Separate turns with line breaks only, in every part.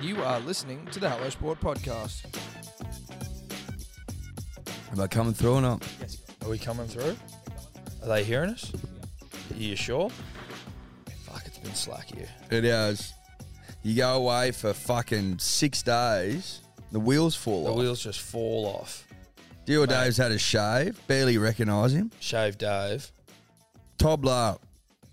You are listening to the Hello Sport podcast.
Am I coming through or not?
Are we coming through? Are they hearing us? Are you sure? Fuck, it's been slack here.
It is. You go away for fucking six days, the wheels fall
The
off.
wheels just fall off.
Deal Dave's had a shave, barely recognise him.
Shave Dave.
Tobler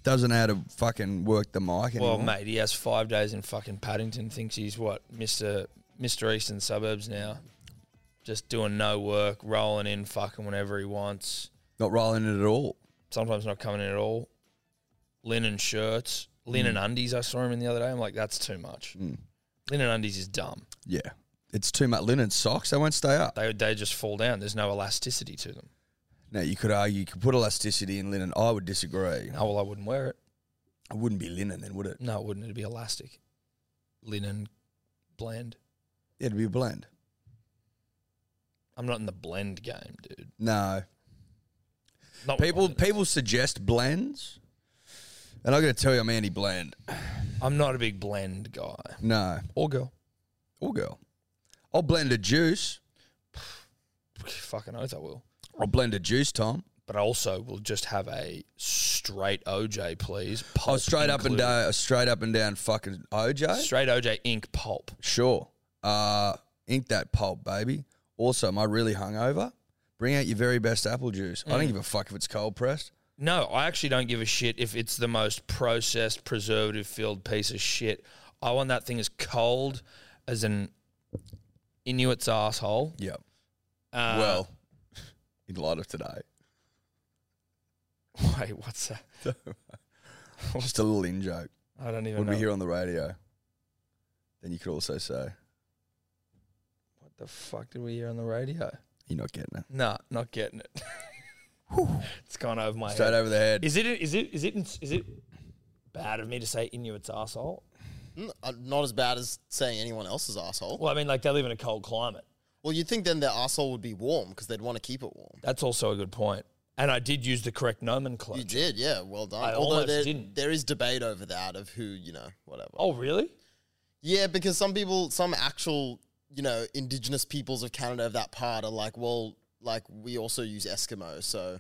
doesn't know how to fucking work the mic anymore.
Well, mate, he has five days in fucking Paddington. Thinks he's what Mister Mister Eastern Suburbs now. Just doing no work, rolling in, fucking whenever he wants.
Not rolling it at all.
Sometimes not coming in at all. Linen shirts, linen undies. I saw him in the other day. I'm like, that's too much. Linen undies is dumb.
Yeah. It's too much linen socks. They won't stay up.
They they just fall down. There's no elasticity to them.
Now, you could argue you could put elasticity in linen. I would disagree.
Oh well, I wouldn't wear it.
It wouldn't be linen then, would it?
No, it wouldn't. It'd be elastic, linen, blend.
It'd be a blend.
I'm not in the blend game, dude.
No.
Not with
People
linen.
people suggest blends. And I'm going to tell you I'm anti-blend.
I'm not a big blend guy
No.
or girl.
or girl. I'll blend a juice.
Fucking oath, I will.
I'll blend a juice, Tom.
But I also will just have a straight OJ, please.
I'll
Pulp
Oh, straight up and
included.
down, straight up and down, fucking OJ.
Straight OJ ink pulp.
Sure. Uh, ink that pulp, baby. Also, am I really hungover? Bring out your very best apple juice. I don't
Mm.
give a fuck if it's cold pressed.
No, I actually don't give a shit if it's the most processed, preservative filled piece of shit. I want that thing as cold as an Inuit's asshole.
Yeah.
Uh,
well, in light of today,
wait, what's that?
just a little in joke.
I don't even
Would
know.
we hear on the radio? Then you could also say
What the fuck did we hear on the radio?
you're not getting it.
Nah, not getting it. it's gone over my
Straight
head.
over the head.
Is it? Is it? Is it? Is it bad of me to say Inuit's asshole?
N- uh, Not as bad as saying anyone else's asshole.
Well, I mean, like they live in a cold climate.
Well, you'd think then their asshole would be warm because they'd want to keep it warm.
That's also a good point. And I did use the correct nomenclature.
You did, yeah. Well done.
I
Although
almost
there,
didn't.
there is debate over that of who you know, whatever.
Oh, really?
Yeah, because some people, some actual you know, indigenous peoples of Canada of that part are like, well, like we also use Eskimo, so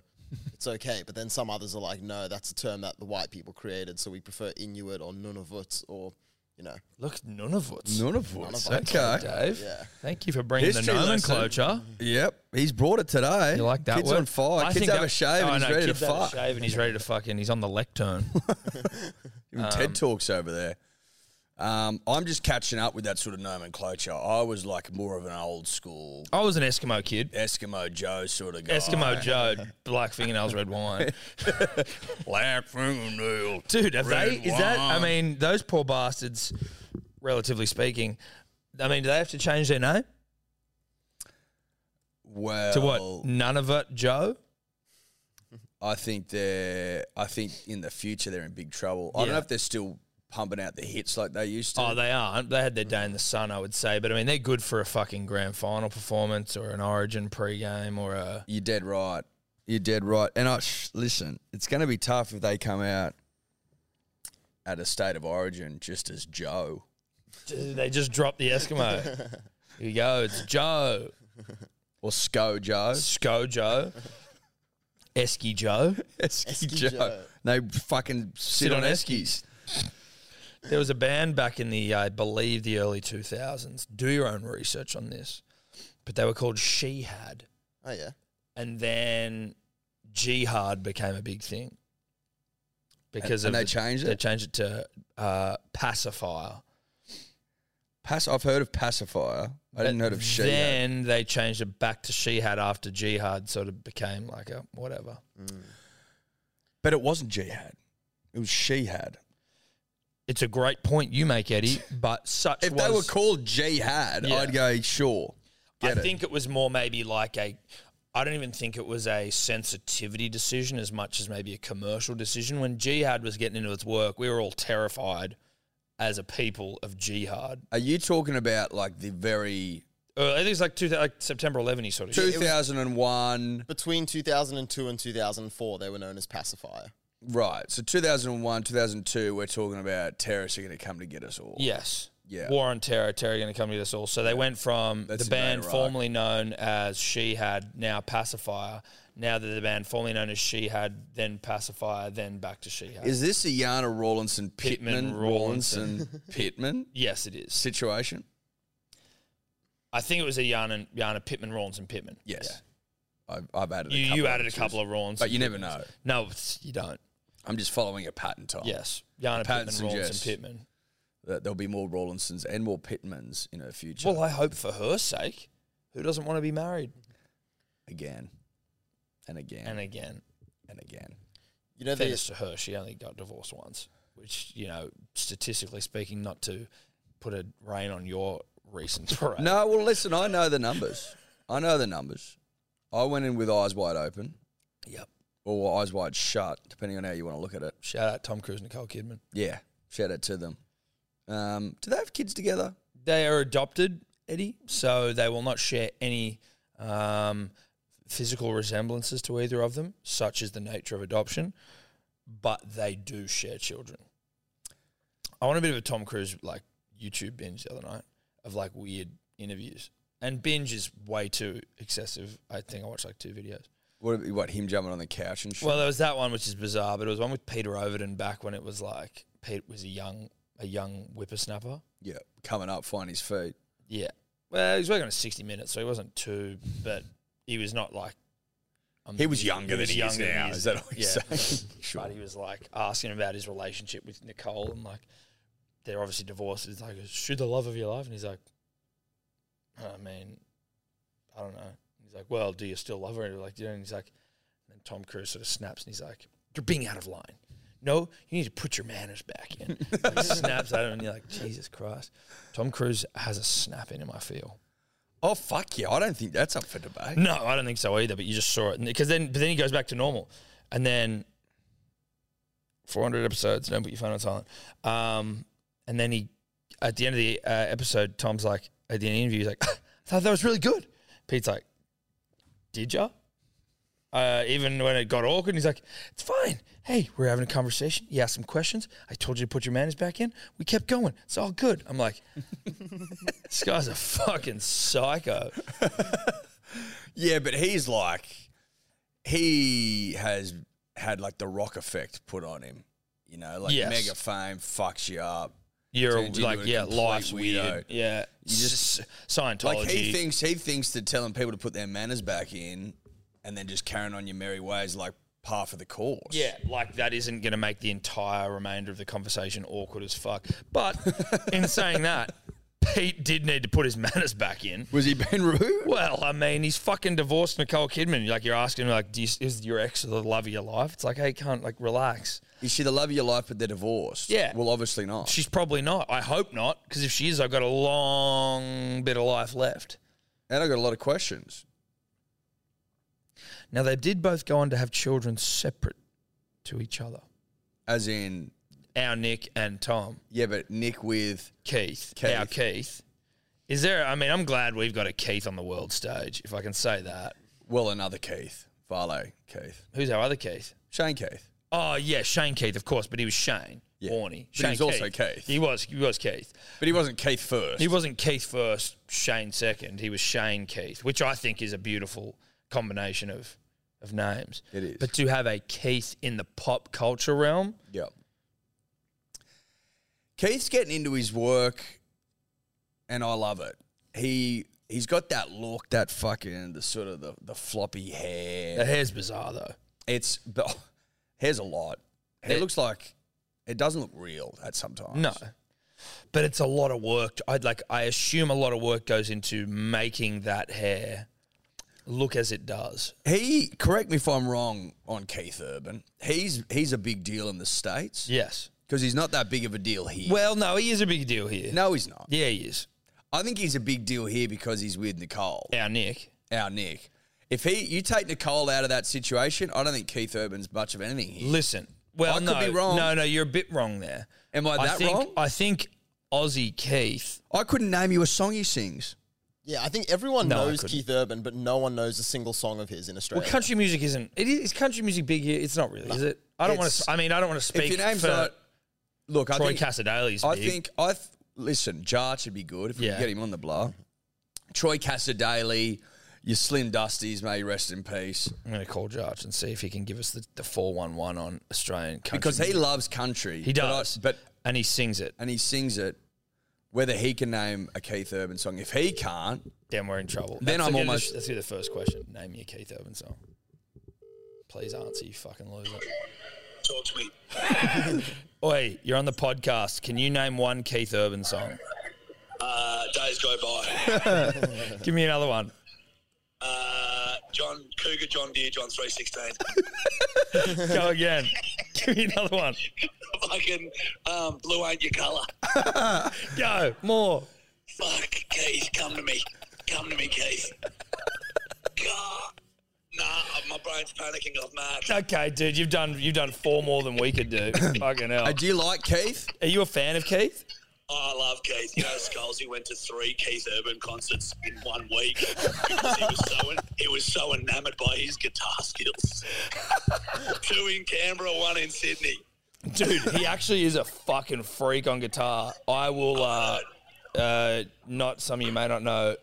it's okay. But then some others are like, no, that's a term that the white people created, so we prefer Inuit or Nunavut or you know,
Look, Nunavut.
Nunavut.
Okay,
Okay.
Dave.
yeah.
Thank you for bringing
History
the
lesson.
nomenclature.
Yep, he's brought it today.
You like that
Kids
word?
on fire.
I
kids
think
have
that-
a shave
Oh,
and
no,
he's ready to
kids have a
fuck.
shave and he's ready to fucking. He's on the lectern.
TED talks over there. Um, I'm just catching up with that sort of nomenclature. I was like more of an old school
I was an Eskimo kid.
Eskimo Joe sort of guy.
Eskimo Joe, black fingernails, red wine.
black fingernail.
Dude, have they?
Red
Is that? I
wine.
mean, those poor bastards. Relatively speaking, I mean, do they have to change their name
Well,
to what? None of it, Joe.
I think they're. I think in the future they're in big trouble. I don't
Yeah.
know if they're still pumping out the hits like they used to.
Oh, they aren't. They had their day in the sun, I would say. But I mean, they're good for a fucking grand final performance or an Origin pregame or a.
You're dead right. You're dead right. And I sh- listen, it's going to be tough if they come out at a state of origin just as Joe.
They just dropped the Eskimo. Here you go. It's Joe.
Or Sco Joe.
Sco Joe. Esky Joe.
Esky
Esky Joe.
They fucking sit,
Sit
on
on
Eskies.
There was a band back in the, I believe, the early 2000s. Do your own research on this. But they were called She Had.
Oh yeah.
And then Jihad became a big thing. Because
And- and
of
they
the-
changed
They
it?
changed it to uh, Pacifier.
Pass- I've heard of pacifier. I didn't
But
heard of she. Had.
Then they changed it back to she had after jihad sort of became like a whatever.
But it wasn't jihad. It was she had.
It's a great point you make, Eddie. But such
If
was,
they were called jihad,
Yeah.
I'd go sure.
I
Get it.
think it was more maybe like a. I don't even think it was a sensitivity decision as much as maybe a commercial decision. When jihad was getting into its work, we were all terrified as a people of jihad.
Are you talking about like the very
Uh, I think it's like, two, like September 11 -y sort of shit.
2001?
Between 2002 and 2004, they were known as pacifier.
Right. So 2001, 2002, we're talking about terrorists are going to come to get us all.
Yes.
Yeah.
war on terror, terror going to come to us all. So they went from
That's
the
in
band
Iraq.
formerly known as She Had, now Pacifier. Now that the band formerly known as She Had, then Pacifier, then back to She Had.
Is this a Yana Rawlinson Pittman
Pittman,
Rawlinson Pittman
yes, it is.
situation?
I think it was a Yana, Yana Pittman, Rawns, and Pittman.
Yes. I've, I've added.
Yeah.
a
You,
couple
you
of
added a
others.
couple of Rawns.
but Oh. you never know.
No, it's- you don't.
I'm just following a pattern, Tom.
Yes. Yana Pittman,
Pattinson,
Rawns,
yes.
and Pittman.
that there'll be more Rawlinsons and more Pittmans in her future.
Well, I hope for her sake. Who doesn't want to be married?
again and again
And
and,
again,
again.
You know, the,
fairness to her, she only got divorced once, which you know, statistically speaking, not to put a rain on your recent parade.
No, well, listen, I know the numbers. I know the numbers. I went in with eyes wide open
Yep.
or eyes wide shut, depending on how you want to look at it.
Shout out Tom Cruise, Nicole Kidman.
Yeah, shout out to them. Um, do they have kids together?
They are adopted, Eddie, so they will not share any um, physical resemblances to either of them, such as the nature of adoption. But they do share children. I want a bit of a Tom Cruise like YouTube binge the other night of like weird interviews. And binge is way too excessive. I think I watched like two videos.
What, what him jumping on the couch and shit?
Well, uh, there was that one which is bizarre, but it was one with Peter Overton back when it was like Pete was a young a young whippersnapper.
yeah, coming up, find his feet.
Yeah. Well, he was working on 60 minutes, so he wasn't too, but he was not like. I'm-
He was younger than he is
younger
now. Is that all you're
Yeah.
saying? sure.
But he was like asking about his relationship with Nicole and like they're obviously divorced. It's like, should the love of your life? And he's like, I mean, I don't know. He's like, well, do you still love her? And like, you know, and he's like, and then Tom Cruise sort of snaps and he's like, you're being out of line. No, you need to put your manners back in. Like, snaps at him and you're like, Jesus Christ. Tom Cruise has a snap in him, I feel.
Oh fuck yeah! I don't think that's up for debate.
No, I don't think so either. But you just saw it because then, but then he goes back to normal, and then 400 episodes. Don't put your phone on silent. Um, and then he, at the end of the uh, episode, Tom's like at the end of the interview, he's like, "I thought that was really good." Pete's like, "Did ya?" Uh, even when it got awkward, he's like, "It's fine. Hey, we're having a conversation. You asked some questions. I told you to put your manners back in. We kept going. It's all good." I'm like, "This guy's a fucking psycho."
Yeah, but he's like, he has had like the rock effect put on him. You know, like
Yes.
mega fame fucks you up.
You're a-
Turns you
like,
into a
yeah,
complete
life's
weirdo.
weird. Yeah, you
just-
just Scientology.
Like he thinks he thinks that telling people to put their manners back in and then just carrying on your merry way is like par for the course.
yeah, like that isn't going to make the entire remainder of the conversation awkward as fuck. But in saying that, Pete did need to put his manners back in.
Was he being rude?
Well, I mean, he's fucking divorced Nicole Kidman. Like you're asking, like, do you, is your ex the love of your life? It's like, hey, can't like relax.
Is she the love of your life, but they're divorced?
Yeah.
Well, obviously not.
She's probably not. I hope not, because if she is, I've got a long bit of life left.
and I got a lot of questions.
Now they did both go on to have children separate to each other.
As in,
Our Nick and Tom.
yeah, but Nick with
Keith,
Keith.
our Keith. Is there? I mean, I'm glad we've got a Keith on the world stage, if I can say that.
well another Keith, Varlo Keith,
Who's our other Keith?
Shane Keith.
Oh yeah, Shane Keith, of course, but he was Shane
Yeah.
Warney.
But he
Shane
was also Keith.
He was. He was Keith.
But he wasn't Keith first.
He wasn't Keith first, Shane second. He was Shane Keith, which I think is a beautiful combination of of names.
It is.
But to have a Keith in the pop culture realm,
Yep. Keith's getting into his work, and I love it. He he's got that look, that fucking the sort of the, the floppy
the
hair.
hair's bizarre though.
It's but oh, hair's a lot. And it
It-
looks like it doesn't look real at sometimes.
No. But it's a lot of work. I'd like I assume a lot of work goes into making that hair look as it does.
he correct me if I'm wrong on Keith Urban. He's he's a big deal in the states
Yes.
because he's not that big of a deal here.
Well, no, he is a big deal here.
no, he's not.
Yeah, he is.
I think he's a big deal here because he's with Nicole.
Our Nick.
our Nick. If he, you take Nicole out of that situation, I don't think Keith Urban's much of anything here.
Listen. Well,
I could
no,
be wrong.
no, no, you're a bit wrong there.
Am I that
think,
wrong?
I think Aussie Keith.
I couldn't name you a song he sings.
yeah, I think everyone
No, I
knows
couldn't.
Keith Urban, but no one knows a single song of his in Australia.
Well, country music isn't. It is, is country music big here? It's not really, is it? I don't want
It's-
to. I mean, I don't want to
If
speak
your name's
for
not, look, I
Troy
think,
Casadale's
I
big.
think I th- listen, Jarch would be good if we
Yeah.
could get him on the blower. Troy Casadaley, your Slim Dusties, may you rest in peace.
I'm going to call Jarch and see if he can give us the, the 411 on Australian country.
Because he
music.
loves country.
he
But I-
does.
But,
and he sings it.
and he sings it. Whether he can name a Keith Urban song. If he can't,
Then we're in trouble.
Then
That's- let's do
I'm
the-
almost-
Let's do the first question. Name me a Keith Urban song. Please answer, you fucking loser.
Talk to me.
Oi, you're on the podcast. Can you name one Keith Urban song?
Uh, days go by.
Give me another one.
Uh, John Cougar, John Deere, John 316.
Go again. Give me another one.
Fucking um, blue ain't your colour.
Go. More.
Fuck, Keith, come to me. Come to me, Keith. God. Nah, my brain's panicking off marks.
Okay, dude, you've done you've done four more than we could do. fucking hell.
Uh, do you like Keith?
Are you a fan of Keith?
Oh, I love Keith. You know, Skulls, he went to three Keith Urban concerts in one week because he was so, he was so enamoured by his guitar skills. Two in Canberra, one in Sydney.
Dude, he actually is a fucking freak on guitar. I will uh uh not some of you may not know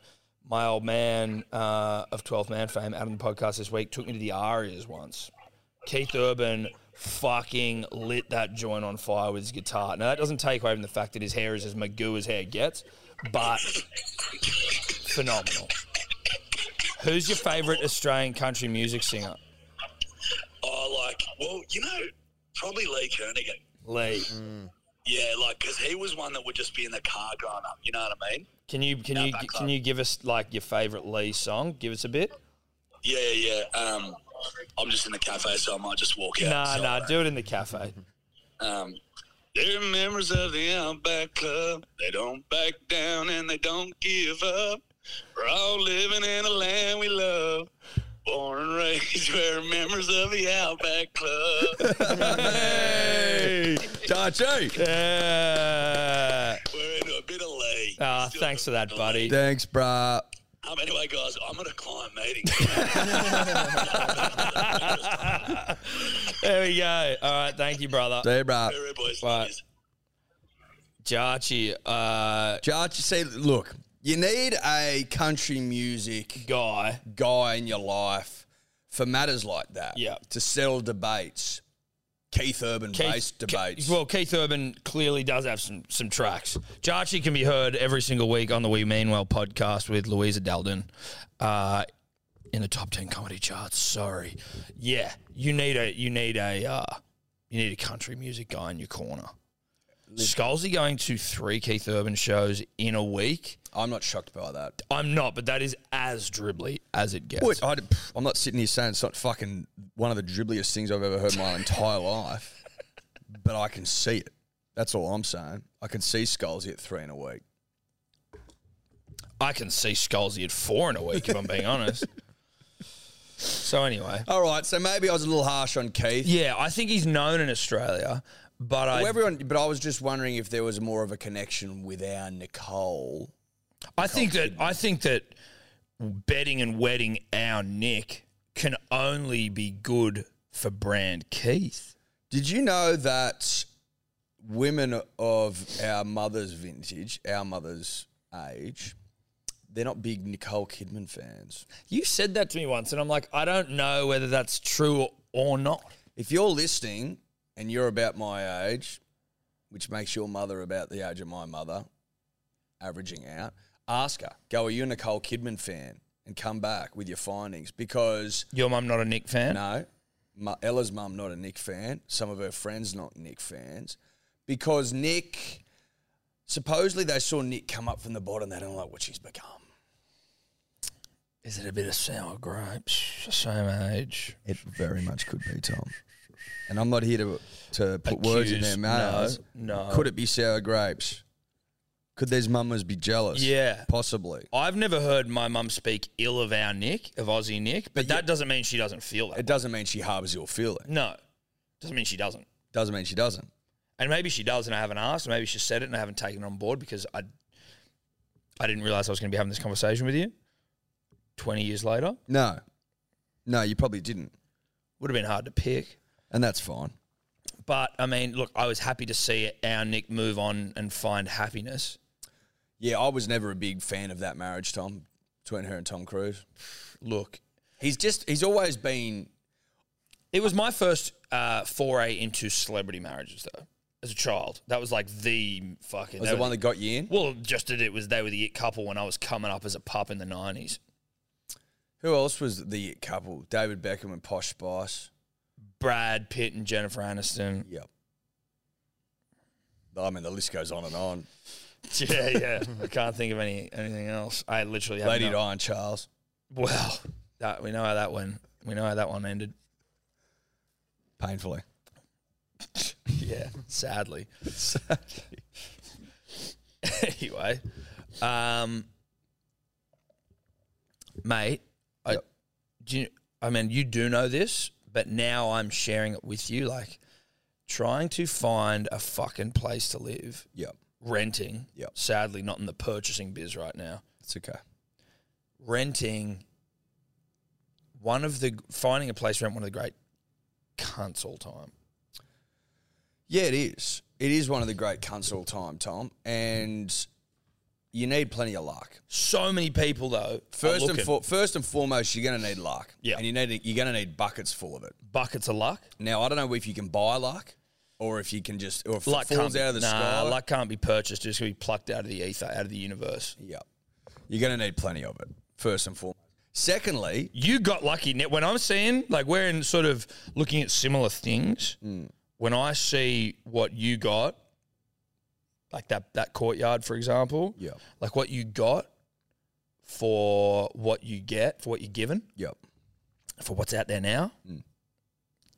my old man uh, of 12th Man fame out on the podcast this week took me to the Arias once. Keith Urban fucking lit that joint on fire with his guitar. Now that doesn't take away from the fact that his hair is as Magoo as hair gets, but phenomenal. Who's your favourite Australian country music singer?
Oh, like, well, you know, probably Lee Kernigan.
Lee.
Yeah, like, because he was one that would just be in the car growing up. You know what I mean?
Can you can you
back
can
up.
you give us like your favorite Lee song? Give us a bit.
Yeah, yeah. yeah. Um, I'm just in the cafe, so I might just walk out.
Nah,
So,
nah, do it in the cafe.
Um, they're members of the Outback Club. They don't back down and they don't give up. We're all living in a land we love. Born and raised, we're members of the Outback Club.
Hey, Jarchy.
Yeah.
we're into a bit of Lee.
Ah,
Still
thanks for
a
that,
bit of
buddy.
Thanks, bruh.
Um, anyway, guys, I'm at a client meeting.
There we go. All right, thank you, brother.
Hey, bruh.
Very boys.
Right. Jarchi, uh,
Jarch, you see, look, you need a country music
guy.
guy in your life for matters like that.
Yeah.
To settle debates, Keith Urban
Keith-
based debates.
Ke- well, Keith Urban clearly does have some some tracks. Jarchi can be heard every single week on the We Mean Well podcast with Louisa Daldon, uh, in the top ten comedy charts. Sorry, yeah, you need a you need a uh, you need a country music guy in your corner. Scully going to three Keith Urban shows in a week.
I'm not shocked by that.
I'm not, but that is as dribbly as it gets.
Wait, I, am not sitting here saying it's not fucking one of the dribbliest things I've ever heard in my entire life, but I can see it. That's all I'm saying. I can see Skulls at three in a week.
I can see Scully at four in a week if I'm being honest. So anyway.
All right, so maybe I was a little harsh on Keith.
Yeah, I think he's known in Australia, but I
Well, everyone, but I was just wondering if there was more of a connection with our Nicole.
I think that I think that betting and wedding our Nick can only be good for brand Keith.
Did you know that women of our mother's vintage, our mother's age, they're not big Nicole Kidman fans?
You said that to me once, and I'm like, I don't know whether that's true or not.
If you're listening and you're about my age, which makes your mother about the age of my mother, averaging out, ask her, go, are you a Nicole Kidman fan? And come back with your findings because
Your mum not a Nick fan.
No. Mu- Ella's mum not a Nick fan. Some of her friends not Nick fans. Because Nick, supposedly they saw Nick come up from the bottom. They don't like what she's become.
Is it a bit of sour grapes? Same age.
It very much could be, Tom. And I'm not here to, to put words in their
Accused.
mouths.
No, no.
Could it be sour grapes? Could these mamas be jealous?
Yeah.
Possibly.
I've never heard my mum speak ill of our Nick, of Aussie Nick, but that doesn't mean she doesn't feel that.
It doesn't mean she harbours ill feeling.
no, doesn't mean she doesn't.
Doesn't mean she doesn't.
and maybe she does, and I haven't asked. Maybe she said it, and I haven't taken it on board because I, I didn't realize I was going to be having this conversation with you. Twenty years later,
No. No, you probably didn't.
would have been hard to pick.
And that's fine.
But I mean, look, I was happy to see our Nick move on and find happiness.
Yeah, I was never a big fan of that marriage, Tom, between her and Tom Cruise.
Look,
He's just, he's always been,
It was my first uh, foray into celebrity marriages, though. As a child, that was like the fucking.
was the one that got you in.
well, just that it was they were the it couple when I was coming up as a pup in the nineties.
Who else was the couple? David Beckham and Posh Spice.
Brad Pitt and Jennifer Aniston.
Yep. I mean, the list goes on and on.
Yeah, yeah. I can't think of any anything else. I literally have
Lady
no-
Diane Charles.
Well, that, we know how that went. We know how that one ended.
Painfully.
yeah, sadly. anyway, um, mate, I,
Yep.
do you, I mean, you do know this, but now I'm sharing it with you. Like, trying to find a fucking place to live,
Yep.
renting.
Yep.
Sadly, not in the purchasing biz right now.
It's okay.
Renting. One of the finding a place to rent one of the great cunts all time.
Yeah, it is. It is one of the great cunts all time, Tom. And you need plenty of luck.
So many people though. are
First and
looking.
for, first and foremost, you're going to need luck.
Yeah.
And you need you're going to need buckets full of it.
buckets of luck.
Now, I don't know if you can buy luck or if you can just or if
Luck
it
can't
falls
be,
out of the
nah,
sky.
Luck can't be purchased. It's going to be plucked out of the ether, out of the universe.
Yep. You're going to need plenty of it. First and foremost. Secondly,
You got lucky. Nick. When I'm seeing, like, we're in sort of looking at similar things.
Mm.
When I see what you got, like that that courtyard, for example,
Yeah.
like what you got for what you get for what you're given
yep.
for what's out there now.
Mm.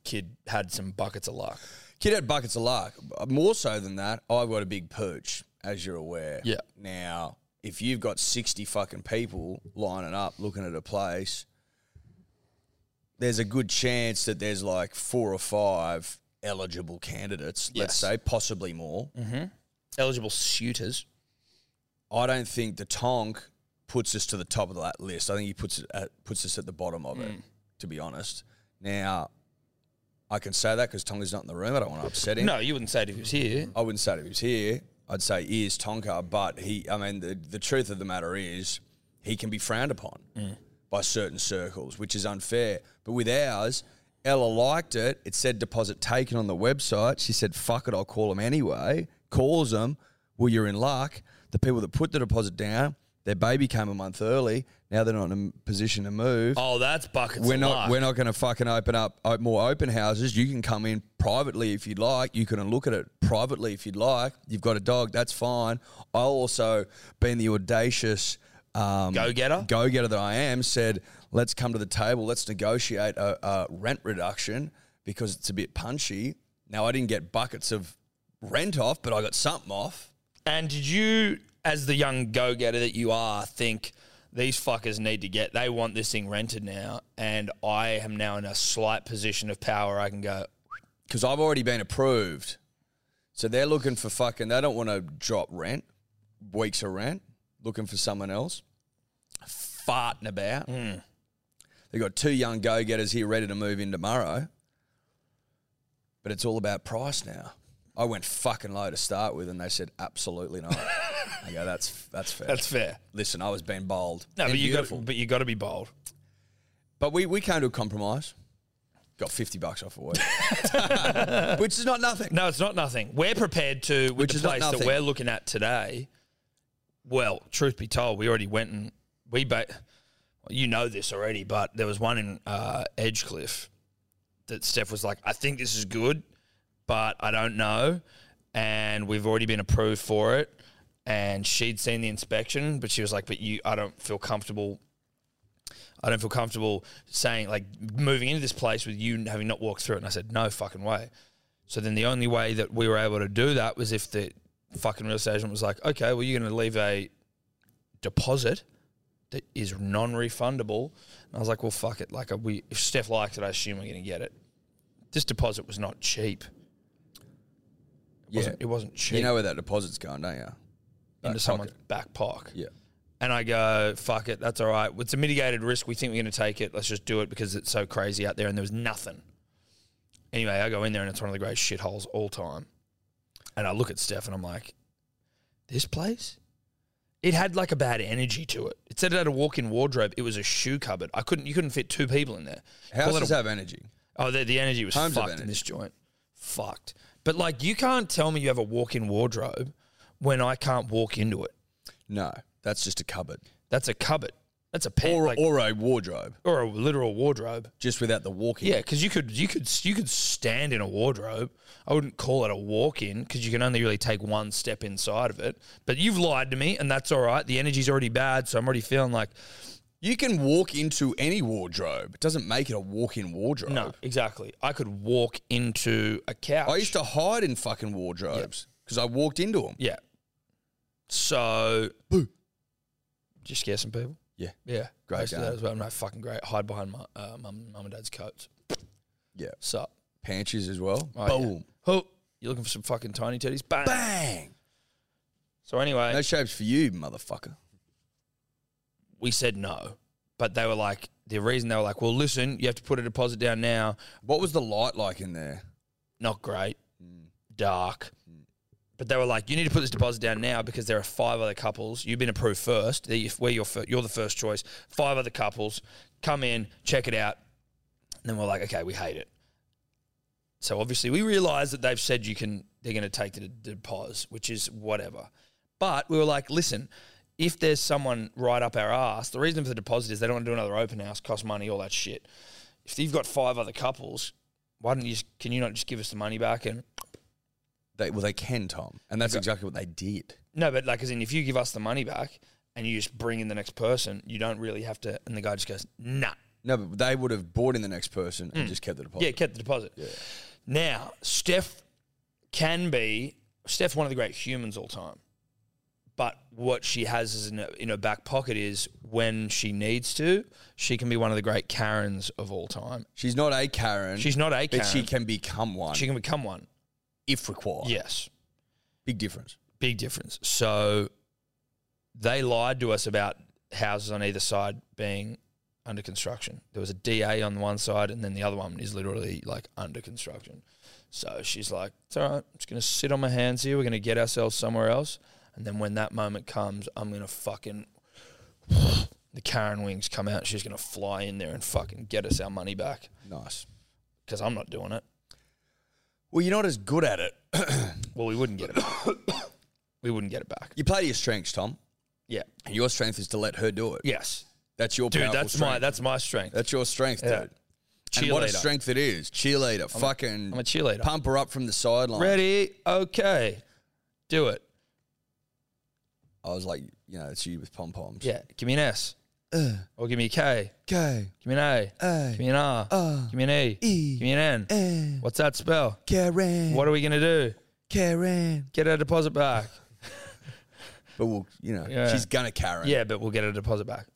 Kid had some buckets of luck.
Kid had buckets of luck. More so than that, I've got a big perch, as you're aware.
Yeah.
Now, if you've got 60 fucking people lining up looking at a place, there's a good chance that there's like four or five eligible candidates, let's
Yes.
say, possibly more.
Eligible suitors.
I don't think the Tonk puts us to the top of that list. I think he puts it at, puts us at the bottom of it, to be honest. Now, I can say that because Tonga's not in the room. I don't want to upset him.
No, you wouldn't say it if he was here.
I wouldn't say that he was here. I'd say he is Tonka, but he, I mean, the, the truth of the matter is he can be frowned upon by certain circles, which is unfair. But with ours, Ella liked it. It said deposit taken on the website. She said, fuck it, I'll call him anyway. Calls him. Well, you're in luck. The people that put the deposit down, their baby came a month early. Now they're not in a position to move
Oh, that's buckets
we're
of
not
luck.
we're not going to fucking open up op- more open houses. You can come in privately if you'd like. You can look at it privately if you'd like. You've got a dog, that's fine. I also been the audacious um,
Go-getter?
go getter that I am. Said let's come to the table. Let's negotiate a, a rent reduction because it's a bit punchy. Now I didn't get buckets of rent off, but I got something off.
And did you, as the young go getter that you are, think these fuckers need to get, they want this thing rented now, and I am now in a slight position of power. I can go,
because I've already been approved. So they're looking for fucking. They don't want to drop rent, weeks of rent, looking for someone else, farting about.
Hmm.
They've got two young go getters here ready to move in tomorrow, but it's all about price now. I went fucking low to start with, and they said absolutely not. I go, that's that's fair.
that's fair.
Listen, I was being bold.
No,
and
but you,
beautiful.
got, but you got to be bold.
But we, we came to a compromise. Got fifty bucks off a week, which is not nothing.
No, it's not nothing. We're prepared to, with
Which
the
is not
place that
nothing.
we're looking at today, well, truth be told, we already went and we, ba- you know this already, but there was one in uh, Edgecliff that Steph was like, I think this is good, but I don't know. And we've already been approved for it. And she'd seen the inspection, but she was like, But you, I don't feel comfortable. I don't feel comfortable saying, like, moving into this place with you having not walked through it. And I said, No fucking way. So then the only way that we were able to do that was if the fucking real estate agent was like, okay, well, you're going to leave a deposit that is non refundable. And I was like, well, fuck it. Like, uh, we, if Steph likes it, I assume we're going to get it. This deposit was not cheap. It,
Yeah,
wasn't, it wasn't cheap
you know where that deposit's going, don't you?
into
back
someone's back pocket.
Yeah.
And I go, fuck it, that's all right. It's a mitigated risk. We think we're going to take it. Let's just do it because it's so crazy out there and there was nothing. Anyway, I go in there and it's one of the greatest shitholes all time. And I look at Steph and I'm like, this place It had like a bad energy to it. It said it had a walk-in wardrobe. It was a shoe cupboard. I couldn't. You couldn't fit two people in there. Call it
Houses
a-
have energy.
Oh, the, the energy was
Homes of
fucked in
energy.
this joint. Fucked. But like, you can't tell me you have a walk-in wardrobe when I can't walk into it.
No, that's just a cupboard
That's a cupboard. That's a pen,
or
like-
or a wardrobe,
or a literal wardrobe.
just without the walking.
Yeah, because you could you could you could stand in a wardrobe. I wouldn't call it a walk-in because you can only really take one step inside of it. But you've lied to me, and that's all right. The energy's already bad, so I'm already feeling like
You can walk into any wardrobe. It doesn't make it a walk-in wardrobe.
no, oh, exactly. I could walk into a couch.
I used to hide in fucking wardrobes because I walked into them.
yeah. So, did you scare some people?
Yeah.
Yeah,
Great
I used to do
game.
that as well. No, fucking great. Hide behind my uh, mum, mum and dad's coats.
Yeah.
Sup?
Panties as well.
Oh, yeah.
Boom.
Who? You looking for some fucking tiny teddies? Bang.
Bang.
So anyway,
No shapes for you, motherfucker.
we said no, but they were like the reason they were like, well, listen, you have to put a deposit down now.
What was the light like in there?
Not great, dark. But they were like, you need to put this deposit down now because there are five other couples. You've been approved first. They're your- We're your fir- you're the first choice. Five other couples come in, check it out. And then we're like, okay, we hate it. So obviously, we realize that they've said you can. They're going to take the the deposit, which is whatever. But we were like, listen, if there's someone right up our ass, the reason for the deposit is they don't want to do another open house, cost money, all that shit. If you've got five other couples, why don't you? Just, can you not just give us the money back? And
They, well, they can, Tom. And that's exactly what they did.
no, but like, as in, if you give us the money back and you just bring in the next person, you don't really have to. And the guy just goes, nah.
No, but they would have brought in the next person and just kept the deposit.
Yeah, kept the deposit. Now, Steph can be Steph, one of the great humans all time. But what she has is in her, in her back pocket is when she needs to, she can be one of the great Karens of all time.
She's not a Karen.
She's not a Karen.
But she can become one
She can become one.
if required.
Yes.
Big difference.
Big difference. So they lied to us about houses on either side being under construction. There was a DA on one side, and then the other one is literally like under construction. So she's like, it's all right, I'm just going to sit on my hands here. We're going to get ourselves somewhere else. And then when that moment comes, I'm going to fucking. The Karen wings come out. She's going to fly in there and fucking get us our money back
Nice.
because I'm not doing it.
Well, you're not as good at it.
Well, we wouldn't get it back. we wouldn't get it back.
You play to your strengths, Tom.
Yeah.
And your strength is to let her do it.
Yes.
That's your
Dude,
powerful
that's
strength.
my that's my strength.
That's your strength,
Yeah.
dude. And what a
Cheerleader.
strength it is. Cheerleader. fucking
I'm a cheerleader.
pump her up from the sideline.
Ready? Okay. Do it.
I was like, you know, it's you with pom poms.
Yeah. Give me an S.
Uh.
Or give me a K.
K
Give me an A.
A
Give me an R. Give me an E.
Uh. E. Uh.
Give me an N.
N
What's that spell?
Karen.
What are we gonna do?
Karen?
Get our deposit back.
But we'll, you know,
Yeah.
she's gonna Karen.
Yeah, but we'll get our deposit back.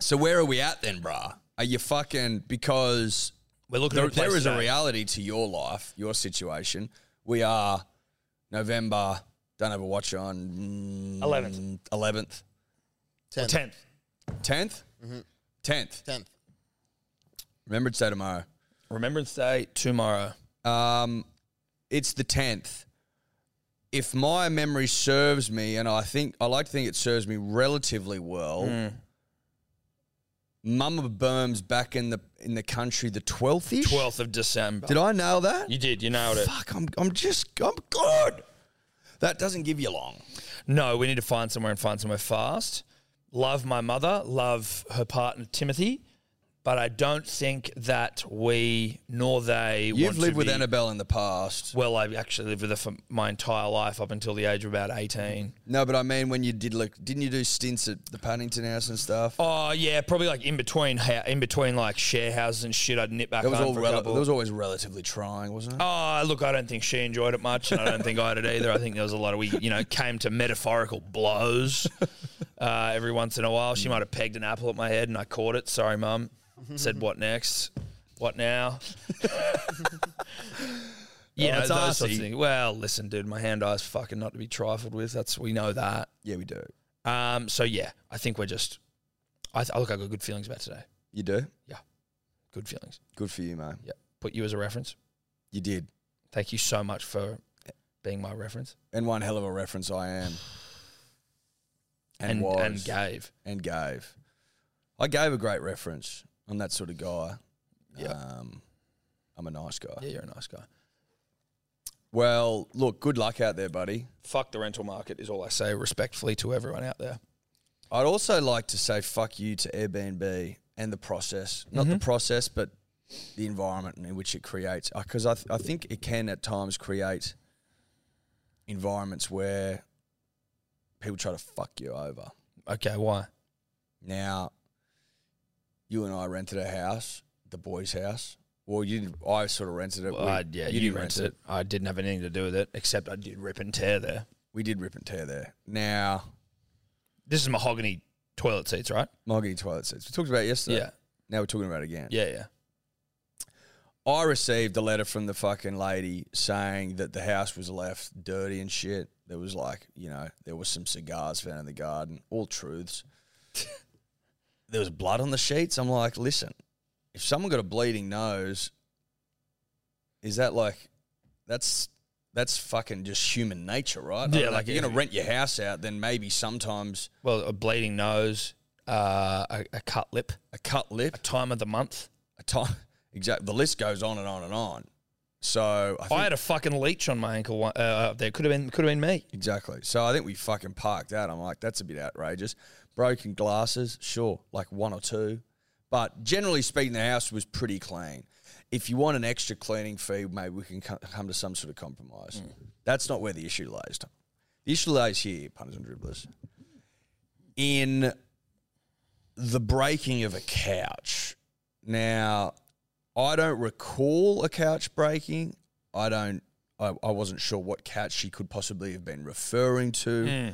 So where are we at then, bruh? Are you fucking because
We're looking
there,
at a place
there is a
today.
reality to your life, your situation. We are November. Don't have a watch on. mm,
11th.
11th.
Tenth.
tenth.
10th? 10th.
Tenth.
Remember it's day tomorrow.
Remembrance Day tomorrow.
Um, it's the tenth. If my memory serves me, and I think I like to think it serves me relatively well, Mama Berm's back in the in the country the twelfth ish.
Twelfth of December.
Did I nail that?
You did, you nailed it.
Fuck, I'm I'm just I'm good. That doesn't give you long.
No, we need to find somewhere and find somewhere fast. Love my mother, love her partner Timothy, but I don't think that we nor they.
You've
want
lived
to
with
be-
Annabelle in the past.
Well, I actually lived with her for my entire life up until the age of about eighteen.
No, but I mean when you did like didn't you do stints at the Paddington House and stuff?
Oh yeah, probably like in between, ha- in between like share houses and shit. I'd nip back
that was
home
all
for a
rel- that
couple.
was always relatively trying, wasn't it?
Oh, look, I don't think she enjoyed it much, and I don't think I did either. I think there was a lot of we, you know, came to metaphorical blows uh, every once in a while. She might have pegged an apple at my head, and I caught it. Sorry, mum. Said what next? What now?
Oh,
yeah,
that's
those sorts of
arsey.
things. Well, listen, dude, my hand eye's fucking not to be trifled with. That's we know that.
Yeah, we do.
Um, so yeah, I think we're just. I th- look, I got good feelings about today.
You do?
Good feelings.
Good for you, mate.
Put you as a reference.
You did.
Thank you so much for being my reference.
And one hell of a reference I am. and,
and,
was
and gave.
and gave. I gave a great reference. I'm that sort of guy.
Yeah.
Um, I'm a nice guy.
Yeah, you're a nice guy.
Well, look, good luck out there, buddy.
Fuck the rental market is all I say respectfully to everyone out there.
I'd also like to say fuck you to Airbnb and the process. Not
Mm-hmm.
the process, but the environment in which it creates. Because I, th- I think it can at times create environments where people try to fuck you over.
Okay, why?
Now, you and I rented a house, the boys' house. Well, you didn't, I sort of rented it.
Well,
We-
I, yeah, you,
didn't
rented
rent
it. I didn't have anything to do with it except I did rip and tear there.
We did rip and tear there. Now,
This is mahogany toilet seats, right?
Moggy toilet seats. We talked about it yesterday.
Yeah.
Now we're talking about it again.
Yeah, yeah.
I received a letter from the fucking lady saying that the house was left dirty and shit. There was like, you know, there was some cigars found in the garden, all truths. there was blood on the sheets. I'm like, listen, if someone got a bleeding nose, is that like, that's that's fucking just human nature, right? I
Yeah,
don't know,
like
if you're gonna
if-
rent your house out, then maybe sometimes
Well, a bleeding nose, uh, a, a cut lip,
a cut lip,
a time of the month.
a time, exact. The list goes on and on and on. So I, think,
I had a fucking leech on my ankle one, uh, up there. Could have been, could have been me.
Exactly. So I think we fucking parked that. I'm like, that's a bit outrageous. Broken glasses, sure, like one or two. But generally speaking, the house was pretty clean. If you want an extra cleaning fee, maybe we can co- come to some sort of compromise. That's not where the issue lies. Tom. The issue lies here, punters and dribblers, in the breaking of a couch. Now, I don't recall a couch breaking. I don't. I, I wasn't sure what couch she could possibly have been referring to.
Hmm.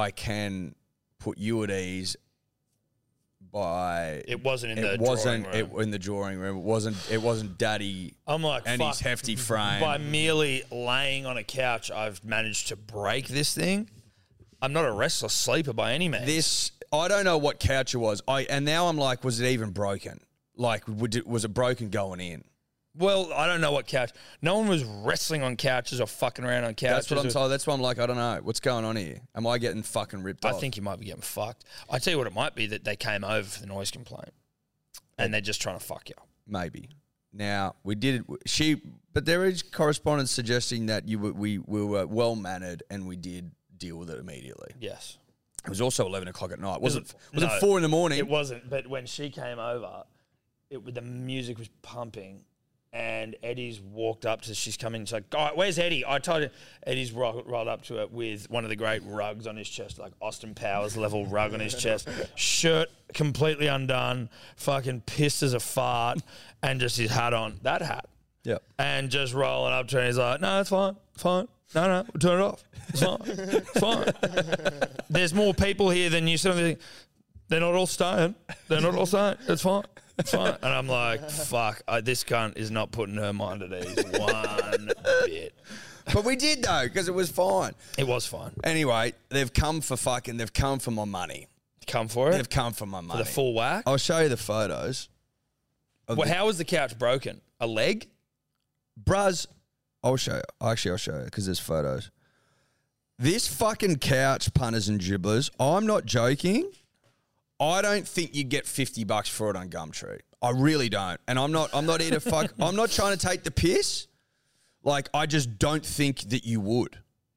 I can put you at ease by
It wasn't in the
it
drawing
wasn't
room.
it, in the drawing room. It wasn't it wasn't Daddy
I'm like,
and
fuck.
his hefty frame.
By merely laying on a couch, I've managed to break this thing. I'm not a restless sleeper by any means.
this I don't know what couch it was. I and now I'm like, was it even broken? Like, would it, was it broken going in?
well, I don't know what couch. No one was wrestling on couches or fucking around on couches.
That's what I'm
or-
told. That's why I'm like, I don't know what's going on here. Am I getting fucking ripped
I
off?
think you might be getting fucked. I tell you what, it might be that they came over for the noise complaint, and they're just trying to fuck you.
maybe. Now we did she, but there is correspondence suggesting that you were, we, we were well mannered and we did deal with it immediately.
Yes,
It was also eleven o'clock at night. Wasn't
it-
was
no.
it four in the morning?
it wasn't. But when she came over, it w- the music was pumping, and Eddie's walked up to. She's coming. She's like, "Guy, where's Eddie?" I told her Eddie's ro- rolled up to it with one of the great rugs on his chest, like Austin Powers level rug on his chest, shirt completely undone, fucking pissed as a fart, and just his hat on. That hat.
yeah.
and just rolling up to him. He's like, no, it's fine, fine. No, no, we'll turn it off. It's fine, it's fine. There's more people here than you. So they- they're not all staying. They're not all staying. It's fine. It's fine. And I'm like, fuck, I, this cunt is not putting her mind at ease one bit.
But we did though because it was fine.
It was fine.
Anyway, they've come for fucking. They've come for my money.
Come for
They've
it.
come for my money.
The full whack.
I'll show you the photos.
Well, how was the couch broken? A leg?
Bruz, I'll show you. Actually, I'll show you because there's photos. This fucking couch, punters and dribblers, I'm not joking. I don't think you get 50 bucks for it on Gumtree. I really don't. And I'm not I'm not here to fuck I'm not trying to take the piss. Like I just don't think that you would.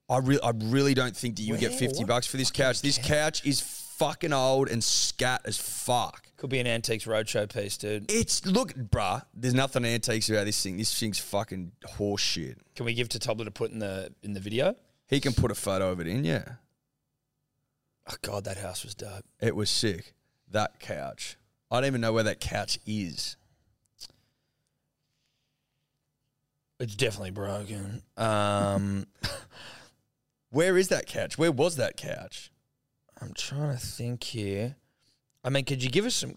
I really I really don't think that you get 50 bucks for this couch. This couch is fucking old and scat as fuck.
Could be an Antiques Roadshow piece, dude.
It's look, bruh, there's nothing antiques about this thing. This thing's fucking horse shit.
Can we give to Tobler to put in the in the video?
He can put a photo of it in, yeah.
Oh god, that house was dope.
It was sick. That couch. I don't even know where that couch is.
It's definitely broken. Um,
Where is that couch? Where was that couch?
I'm trying to think here. I mean, could you give us some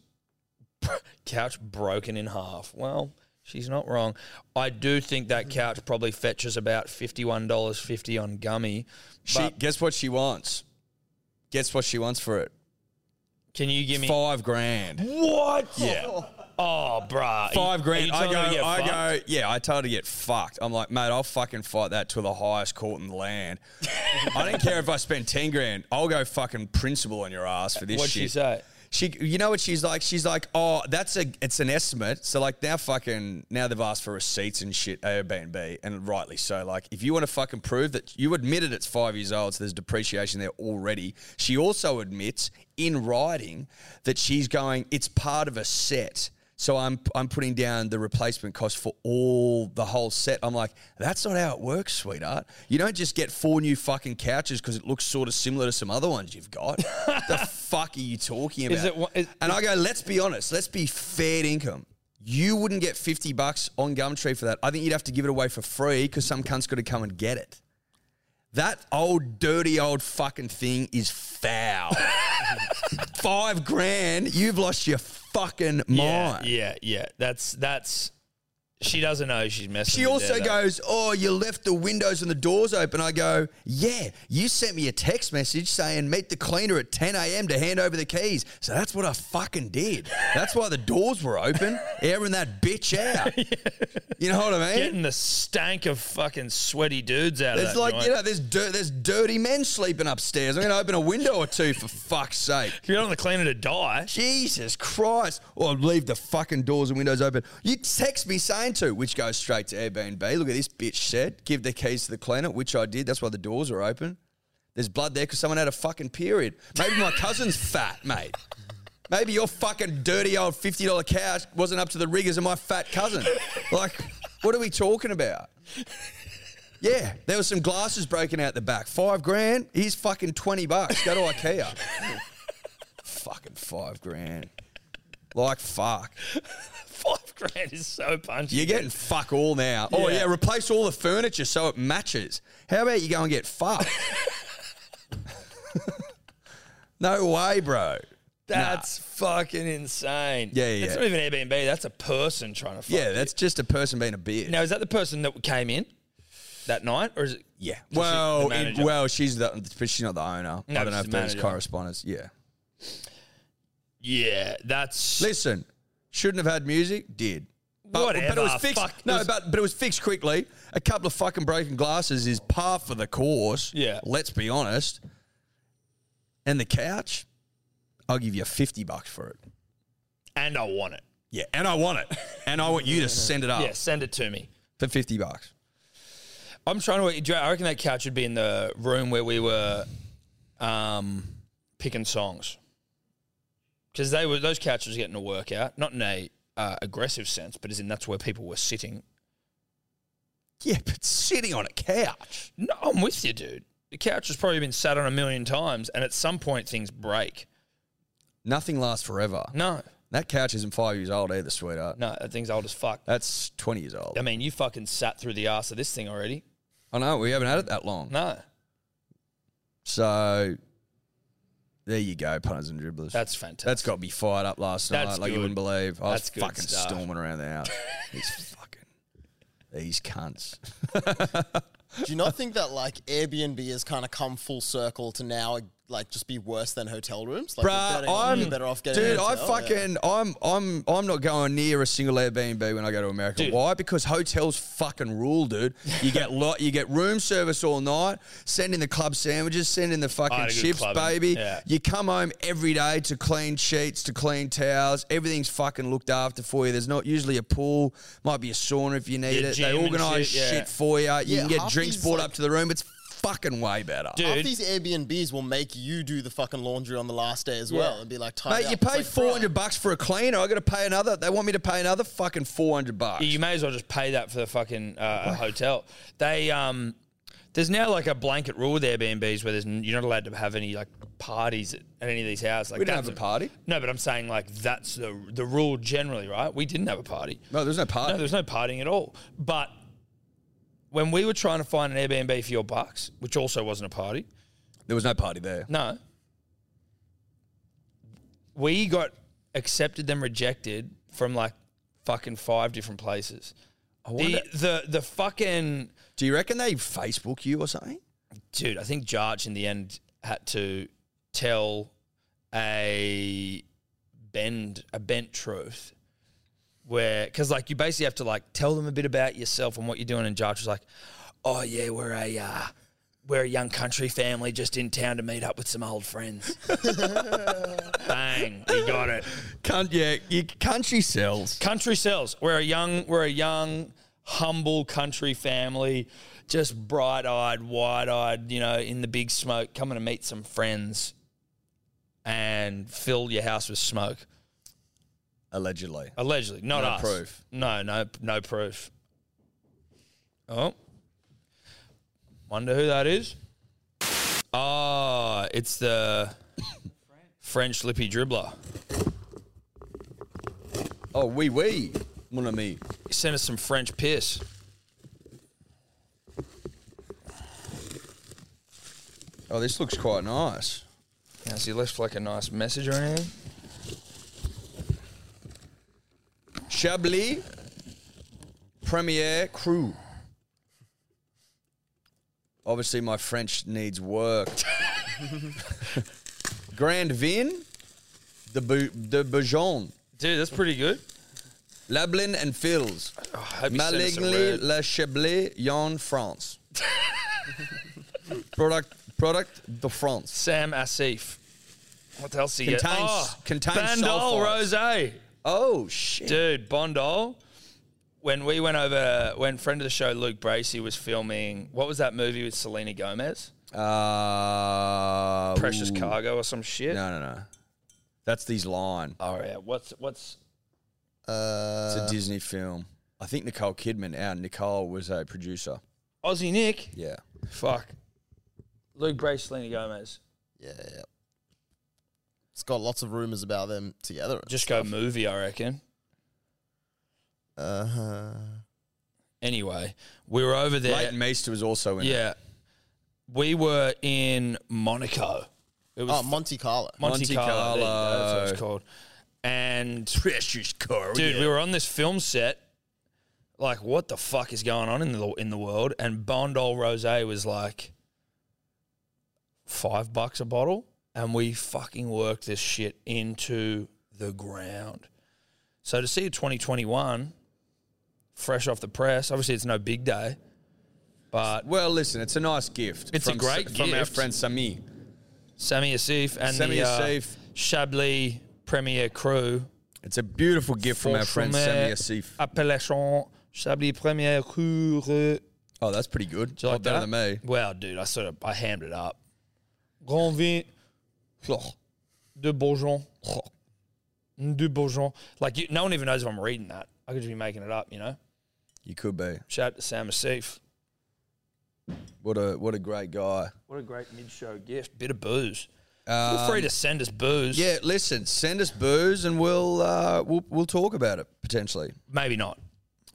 couch broken in half? Well, she's not wrong. I do think that
Mm-hmm.
couch probably fetches about fifty-one dollars fifty on gummy.
She
But-
guess what she wants? Guess what she wants for it?
Can you give me
Five grand.
what?
Yeah.
Oh, bruh.
Five grand. I
I
go, I go, yeah, I tell her to get fucked. I'm like, mate, I'll fucking fight that to the highest court in the land. I don't care if I spend 10 grand. I'll go fucking principal on your ass for this
What'd
shit.
she say?
She, you know what she's like? She's like, oh, that's a, it's an estimate. So like now, fucking, now they've asked for receipts and shit, Airbnb, and rightly so. Like, if you want to fucking prove that you admitted it's five years old, so there's depreciation there already. She also admits in writing that she's going, it's part of a set. So I'm, I'm putting down the replacement cost for all the whole set. I'm like, that's not how it works, sweetheart. You don't just get four new fucking couches because it looks sort of similar to some other ones you've got. the fuck are you talking about?
Is it one- is-
and I go, let's be honest, let's be fair income. You wouldn't get 50 bucks on Gumtree for that. I think you'd have to give it away for free because some cunt's got to come and get it. That old dirty old fucking thing is foul. Five grand, you've lost your fucking
Yeah,
mind.
yeah, yeah. That's that's. She doesn't know she's messing.
She
with
also
her, though.
goes, Oh, you left the windows and the doors open. I go, Yeah, you sent me a text message saying meet the cleaner at 10 a.m. to hand over the keys. So that's what I fucking did. That's why the doors were open, airing that bitch out. You know what I mean?
getting the stank of fucking sweaty dudes out of
It's
that
like,
joint.
you know, there's, dir- there's dirty men sleeping upstairs. I'm going to open a window or two for fuck's sake.
If you're not on the cleaner to die.
Jesus Christ. Or leave the fucking doors and windows open. You text me saying to, which goes straight to Airbnb. Look at this bitch said, give the keys to the cleaner, which I did. That's why the doors are open. There's blood there because someone had a fucking period. Maybe my cousin's fat, mate. Maybe your fucking dirty old $50 couch wasn't up to the rigors of my fat cousin. Like, what are we talking about? Yeah, there was some glasses breaking out the back. Five grand. He's fucking 20 bucks. Go to Ikea. fucking five grand. Like, fuck.
Five grand is so punchy.
You're getting fuck all now. Oh,
Yeah.
yeah, replace all the furniture so it matches. How about you go and get fucked? no way, bro.
That's fucking insane.
Yeah, yeah,
It's
yeah.
not even Airbnb. That's a person trying to. Fuck
Yeah, that's just a person being a bitch.
You. Now is that the person that came in that night, or is it?
Yeah.
she the
Well, it-
manager?
well, she's the, but she's not the owner.
No,
I don't know
she's
if
the
there's
manager.
correspondence. Yeah.
Yeah, that's.
Listen, shouldn't have had music. Did. But, but
Whatever,
it was fixed.
fuck, it
no,
was-
but, but it was fixed quickly. A couple of fucking broken glasses is par for the course.
Yeah.
Let's be honest. And the couch, I'll give you fifty bucks for it.
and I want it.
Yeah, and I want it, and I want you to send it up
Yeah, send it to me.
for fifty bucks.
I'm trying to. do you- I reckon that couch would be in the room where we were um, picking songs because they were those couches were getting a workout, not in a uh, aggressive sense, but as in that's where people were sitting.
Yeah, but sitting on a couch.
No, I'm with you, dude. The couch has probably been sat on a million times, and at some point things break.
Nothing lasts forever.
No,
That couch isn't five years old either, sweetheart.
no, that thing's old as fuck.
That's twenty years old.
I mean, you fucking sat through the ass of this thing already.
I know we haven't had it that long.
No,
So there you go, punters and dribblers.
that's fantastic.
That's got me fired up last
That's
night, like you
good.
wouldn't believe. I
That's
was
good
fucking
stuff.
storming around the house. These fucking these cunts.
Do you not think that like Airbnb has kind of come full circle to now like just be worse than hotel rooms? Like, you're
Bruh,
better,
I'm
you're better off getting
dude.
a
I
hotel, yeah.
fucking I'm I'm I'm not going near a single Airbnb when I go to America.
Dude.
Why? Because hotels fucking rule, dude. You get lot you get room service all night. Send in the club sandwiches. Send in the fucking
had a good
chips,
clubbing.
baby.
Yeah.
You come home every day to clean sheets, to clean towels. Everything's fucking looked after for you. There's not usually a pool. Might be a sauna if you need
Yeah,
it.
gym
They
and
organise
shit, yeah.
shit, for you. You can get
half
drinks
these,
brought
like-
up to the room. It's fucking way better.
dude.
Half these Airbnbs will make you do the fucking laundry on the last day as well and be like, tied
Mate,
up.
you
It's
pay
like,
four hundred
bruh.
bucks for a cleaner. I got to pay another. They want me to pay another fucking four hundred bucks.
You may as well just pay that for the fucking uh, hotel. They um, there's now like a blanket rule with Airbnbs where there's n- you're not allowed to have any like parties at at any of these houses. Like
we didn't have a
that's
party.
No, but I'm saying like that's the the rule generally, right? We didn't have a party.
No, there's no party.
No, there's no partying at all. But when we were trying to find an Airbnb for your bucks, which also wasn't a party,
there was no party there.
no, we got accepted then rejected from like fucking five different places.
I
The,
wonder,
the the fucking
do you reckon they Facebook you or something?
dude, I think Jarch in the end had to tell a bend a bent truth where because like you basically have to like tell them a bit about yourself and what you're doing. And Josh was like, "Oh yeah, we're a uh, we're a young country family just in town to meet up with some old friends." Bang, you got it.
Cunt, yeah, your country sells.
Country sells. We're a young, we're a young, humble country family, just bright-eyed, wide-eyed, you know, in the big smoke, coming to meet some friends and fill your house with smoke.
Allegedly.
Allegedly, not
No
us.
proof.
No, no, no proof. Oh, wonder who that is. Ah, it's the French lippy dribbler.
Oh, oui, oui. Mon ami.
He sent us some French piss.
Oh, this looks quite nice.
Has he left like a nice message or anything?
Chablis Premier Crew. Obviously, my French needs work. Grand Vin de, Bu- de Beaujon.
Dude, that's pretty good.
Lablin and Fils.
Oh, I hope he sent us some
Malignly
red.
La Chablis Yon France. product product de France.
Sam Asif. What else he get?
Contains-
Oh,
contains
Bandol Rosé.
Oh shit.
Dude, Bondol. When we went over, when friend of the show Luke Bracey was filming, what was that movie with Selena Gomez?
Uh,
Precious
ooh.
Cargo or some shit.
No, no, no. That's these line.
Oh yeah, what's what's
Uh,
It's a Disney film. I think Nicole Kidman, our Nicole, was a producer.
Aussie Nick?
Yeah.
Fuck. Luke Bracey, Selena Gomez.
yeah, yeah. It's got lots of rumors about them together.
Just go movie, I reckon.
Uh huh.
Anyway, we were over there.
Leighton Meester was also in it.
Yeah. We were in Monaco. It was
Oh, Monte Carlo.
Monte,
Monte
Carlo. there you go, That's what
Carlo.
it's called. And
Precious Carl.
dude, we were on this film set. Like, what the fuck is going on in the in the world? And Bondol Rosé was like five bucks a bottle, and we fucking worked this shit into the ground. So to see a 2021 fresh off the press, obviously it's no big day, but
Well, listen, it's a nice gift.
It's a
from
great
From our
gift.
friend Sami.
Sammy Asif and
Sami
the uh,
Asif.
Chablis Premier Crew
It's a beautiful gift from our friend
Forchemer,
Sami Asif.
Appellation Chablis Premier Cour. Do
Oh, that's pretty good.
you like
Lot better
that?
than me.
Wow, dude, I sort of I hammed it up. Grand vin de Bourgeon. De Bourgeon. Like you, no one even knows if I'm reading that. I could just be making it up, you know.
You could be.
Shout out to Sam Asif.
What a what a great guy.
What a great mid-show gift. Bit of booze. Feel
Um,
free to send us booze.
yeah, listen, send us booze and we'll uh, we'll we'll talk about it potentially.
Maybe not.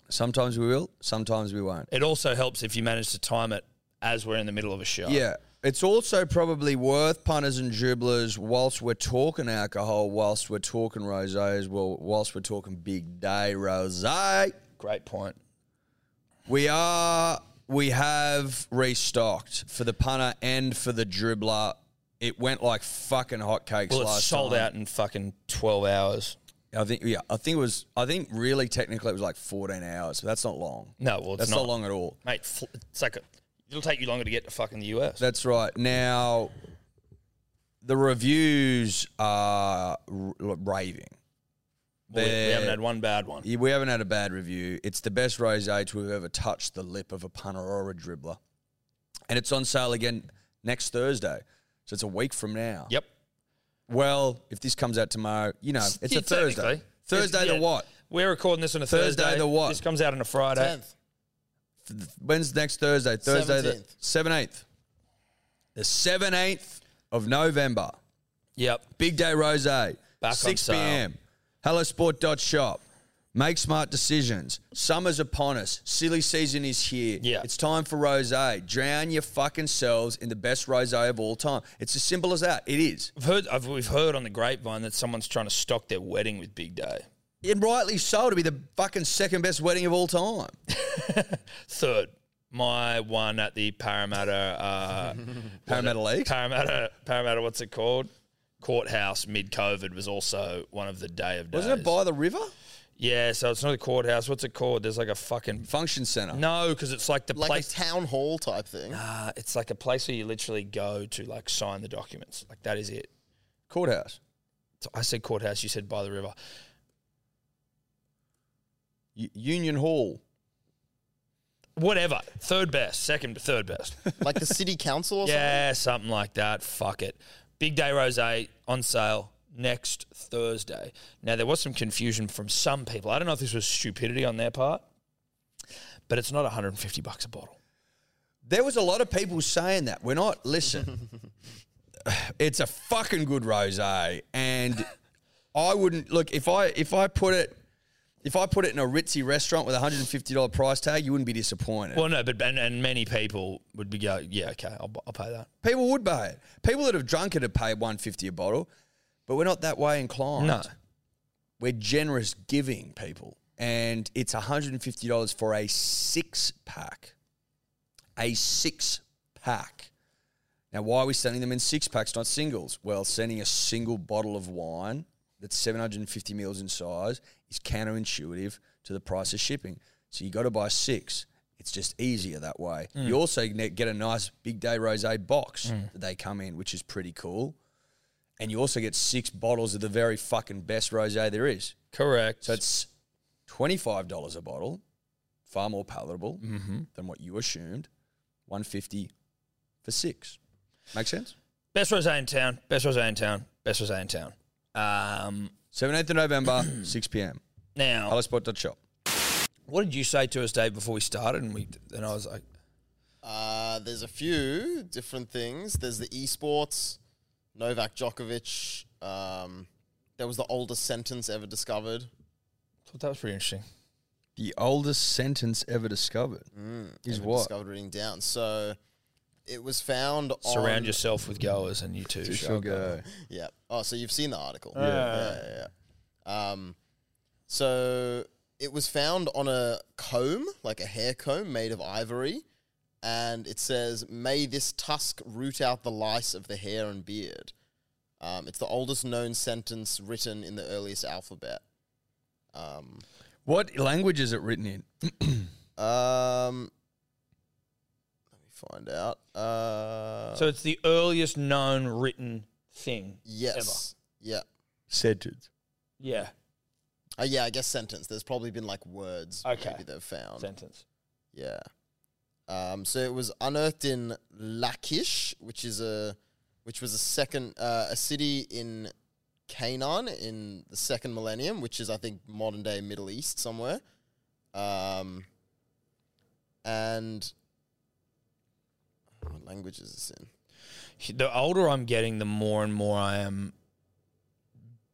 Sometimes we will, sometimes we won't.
It also helps if you manage to time it as we're in the middle of a show.
Yeah. It's also probably worth punters and dribblers whilst we're talking alcohol, whilst we're talking rosé as well, whilst we're talking big day rosé.
Great point.
We are we have restocked for the punter and for the dribbler. It went like fucking hotcakes
Well,
last
it's sold
time.
out in fucking 12 hours.
I think yeah, I think it was I think really technically it was like 14 hours, but that's not long.
No, well, it's
that's not.
not.
long at all.
Mate, fl- it's like a, it'll take you longer to get to fucking the US.
That's right. Now the reviews are r- raving.
Well, we, we
they're-
haven't had one bad one.
Yeah, We haven't had a bad review. It's the best rosé to have ever touched the lip of a punter or a dribbler. And it's on sale again next Thursday. So it's a week from now.
Yep.
Well, if this comes out tomorrow, you know, it's
Yeah,
a Thursday.
technically.
Thursday
Yeah.
the what?
We're recording this on a
Thursday
Thursday.
the what?
This comes out on a Friday.
Tenth.
When's next Thursday? Thursday
17th.
the 7th. The 7th of November.
Yep.
Big Day Rosé.
Back on
6
sale.
p.m. HelloSport.shop. Make smart decisions. Summer's upon us. Silly season is here.
Yeah.
It's time for rosé. Drown your fucking selves in the best rosé of all time. It's as simple as that. It is.
I've heard, I've, we've heard on the grapevine that someone's trying to stock their wedding with Big Day.
And rightly so to be the fucking second best wedding of all time.
Third, my one at the Parramatta, uh,
Parramatta League.
Parramatta, Parramatta, what's it called? Courthouse mid COVID was also one of the day of days.
Wasn't it by the river?
Yeah, so it's not a courthouse. What's it called? There's like a fucking
Function center.
no, because it's like the
Like
place.
a town hall type thing.
uh, it's like a place where you literally go to like sign the documents. Like that is it.
Courthouse.
So I said courthouse. You said by the river.
U- Union Hall.
Whatever. Third best. Second. Third best.
Like the city council or
yeah, something like that. Fuck it. Big Day Rosé on sale next Thursday. Now there was some confusion from some people. I don't know if this was stupidity on their part, but it's not 150 bucks a bottle.
There was a lot of people saying that. We're not, listen, it's a fucking good rosé. And I wouldn't, look, if I, if I put it, if I put it in a ritzy restaurant with a $150 price tag, you wouldn't be disappointed.
Well, no, but and, and many people would be go, yeah, okay, I'll, I'll pay that.
People would buy it. People that have drunk it have paid 150 a bottle, but we're not that way inclined.
No.
We're generous giving people. And it's $150 for a six pack. A six pack. Now, why are we sending them in six packs, not singles? Well, sending a single bottle of wine that's 750 mils in size is counterintuitive to the price of shipping. So you got to buy six. It's just easier that way. You also ne- get a nice big day rosé box that they come in, which is pretty cool. And you also get six bottles of the very fucking best rosé there is.
Correct.
So it's twenty-five dollars a bottle, far more palatable than what you assumed. One fifty for six. Make sense?
best rosé in town. Best rosé in town. Best rosé in town. Um,
Seventeenth of November, six PM.
now,
Palasport.shop.
what did you say to us, Dave, before we started? And we and I was like,
something. Uh, there's a few different things. There's the esports, Novak Djokovic. Um, there was the oldest sentence ever discovered.
thought that was pretty interesting.
The oldest sentence ever discovered is
ever
what?
Discovered reading down. So it was found
Surround
on,
yourself with goers, and you too.
Shall go.
Yeah. Oh, so you've seen the article. Yeah. Yeah, yeah, yeah. Um, so it was found on a comb, like a hair comb made of ivory, and it says, "May this tusk root out the lice of the hair and beard." Um, it's the oldest known sentence written in the earliest alphabet. Um,
What language is it written in?
um, let me find out. Uh,
So it's the earliest known written thing.
yes. Yeah.
Sentence.
Yeah.
Uh, yeah, I guess sentence. There's probably been like words
Okay.
maybe they've
Um,
found.
Sentence.
Yeah. Um, so it was unearthed in Lachish, which is a which was a second uh, a city in Canaan in the second millennium, which is I think modern day Middle East somewhere. Um, and what language is this in?
The older I'm getting, the more and more I am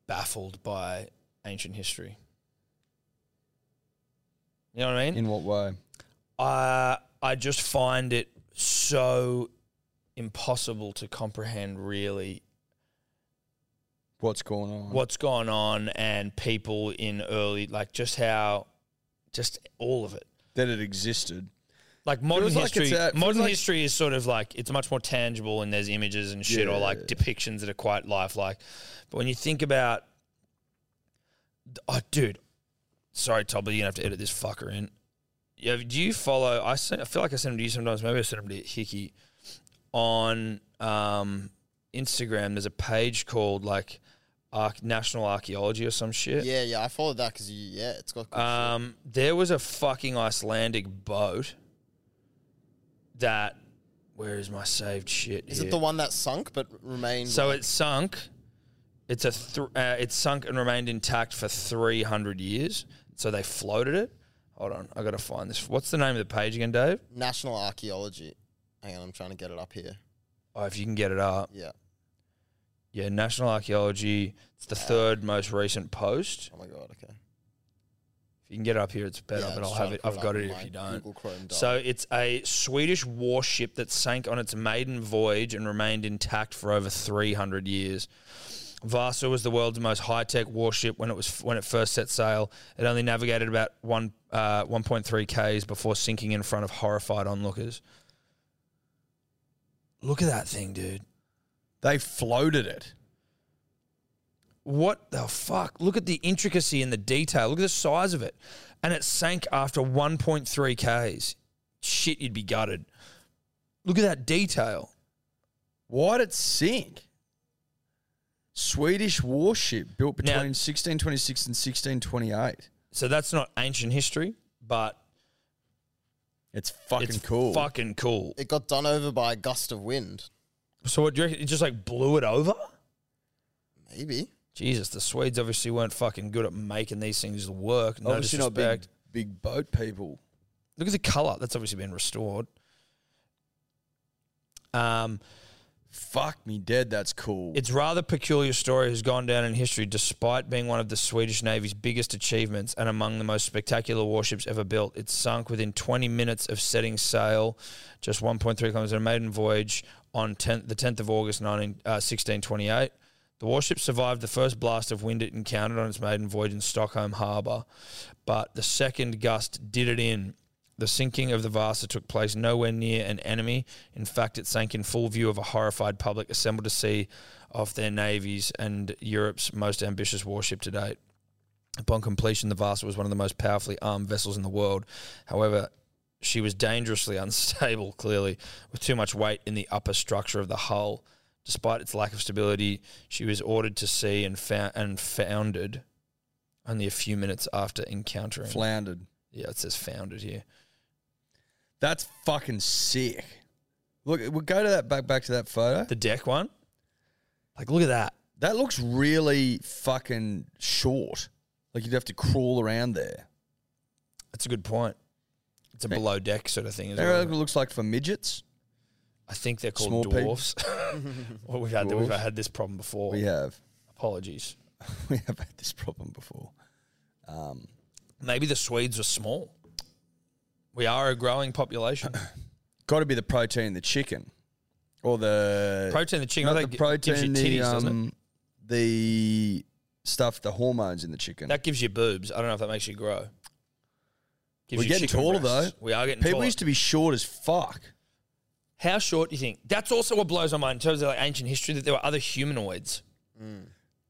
baffled by ancient history. You know what I mean?
In what way?
uh, I just find it so impossible to comprehend really
What's going on?
what's gone on and people in early like just how just all of it
That it existed.
like modern
Feels like
history
it's a- feels
modern
like-
history is sort of like it's much more tangible and there's images and shit or like depictions that are quite lifelike but when you think about oh dude sorry Todd but you're gonna have to edit this fucker in yeah do you follow I, send, I feel like I send them to you sometimes maybe I send them to Hickey on um Instagram there's a page called like Arch- National Archaeology or some shit
Yeah, yeah, I followed that because you. Yeah, it's got. Good shit.
um, there was a fucking Icelandic boat that. Where is my saved shit?
Is
here?
it the one that sunk but remained?
so it sunk. It's a th- uh, it sunk and remained intact for three hundred years. So they floated it. Hold on, I got to find this. What's the name of the page again, Dave?
national archaeology. Hang on, I'm trying to get it up here.
Oh, if you can get it up.
Yeah.
Yeah, National Archaeology. It's
Uh,
the third most recent post.
Oh my god. Okay.
If you can get it up here, it's better.
Yeah,
but
just
I'll
trying
have
to
it.
put
I've got
up
it.
on
If
my
you don't.
Google Chrome
So
doc.
it's a Swedish warship that sank on its maiden voyage and remained intact for over 300 years. Vasa was the world's most high-tech warship when it was when it first set sail. It only navigated about one uh, 1.3 k's before sinking in front of horrified onlookers. Look at that thing, dude.
They floated it.
What the fuck? Look at the intricacy and the detail. Look at the size of it. And it sank after 1.3 Ks. Shit, you'd be gutted. Look at that detail.
Why'd it sink? Swedish warship built between
Now-
1626 and 1628.
So that's not ancient history, but
It's fucking
it's
cool.
fucking cool.
It got done over by a gust of wind.
So what do you reckon? It just like blew it over?
Maybe.
Jesus, the Swedes obviously weren't fucking good at making these things work. No
Obviously not big,
disrespect.
big boat people.
Look at the color. That's obviously been restored. Um,
Fuck me dead, that's cool.
Its rather peculiar story has gone down in history despite being one of the Swedish Navy's biggest achievements and among the most spectacular warships ever built. It sunk within 20 minutes of setting sail, just 1.3 kilometers, on a maiden voyage on 10, the 10th of August 19, uh, 1628. The warship survived the first blast of wind it encountered on its maiden voyage in Stockholm harbour, but the second gust did it in. The sinking of the Vasa took place nowhere near an enemy. In fact, it sank in full view of a horrified public assembled to see off their navies and Europe's most ambitious warship to date. Upon completion, the Vasa was one of the most powerfully armed vessels in the world. However, she was dangerously unstable, clearly, with too much weight in the upper structure of the hull. Despite its lack of stability, she was ordered to sea and, found, and foundered only a few minutes after encountering.
Floundered.
yeah, it says foundered here.
That's fucking sick. Look, we'll go to that back back to that photo.
The deck one? Like, look at that.
That looks really fucking short. Like you'd have to crawl around there.
That's a good point. It's a below deck sort of thing as
That
well.
really looks like for midgets.
I think they're called
Small people.
dwarfs. well, we've had we've
Dwarfs.
had this problem before.
We have
Apologies.
we have had this problem before. Um,
Maybe the Swedes were small. We are a growing population.
Got to be the protein, the chicken, or the
protein, the chicken,
not
I think
the
it gives you
protein,
titties,
the
doesn't it?
um, the stuff, the hormones in the chicken.
That gives you boobs. I don't know if that makes you grow. Gives
We're
you
getting
chicken
taller,
breasts.
though.
We are getting
People
taller.
used to be short as fuck.
How short do you think? That's also what blows my mind in terms of like ancient history that there were other humanoids.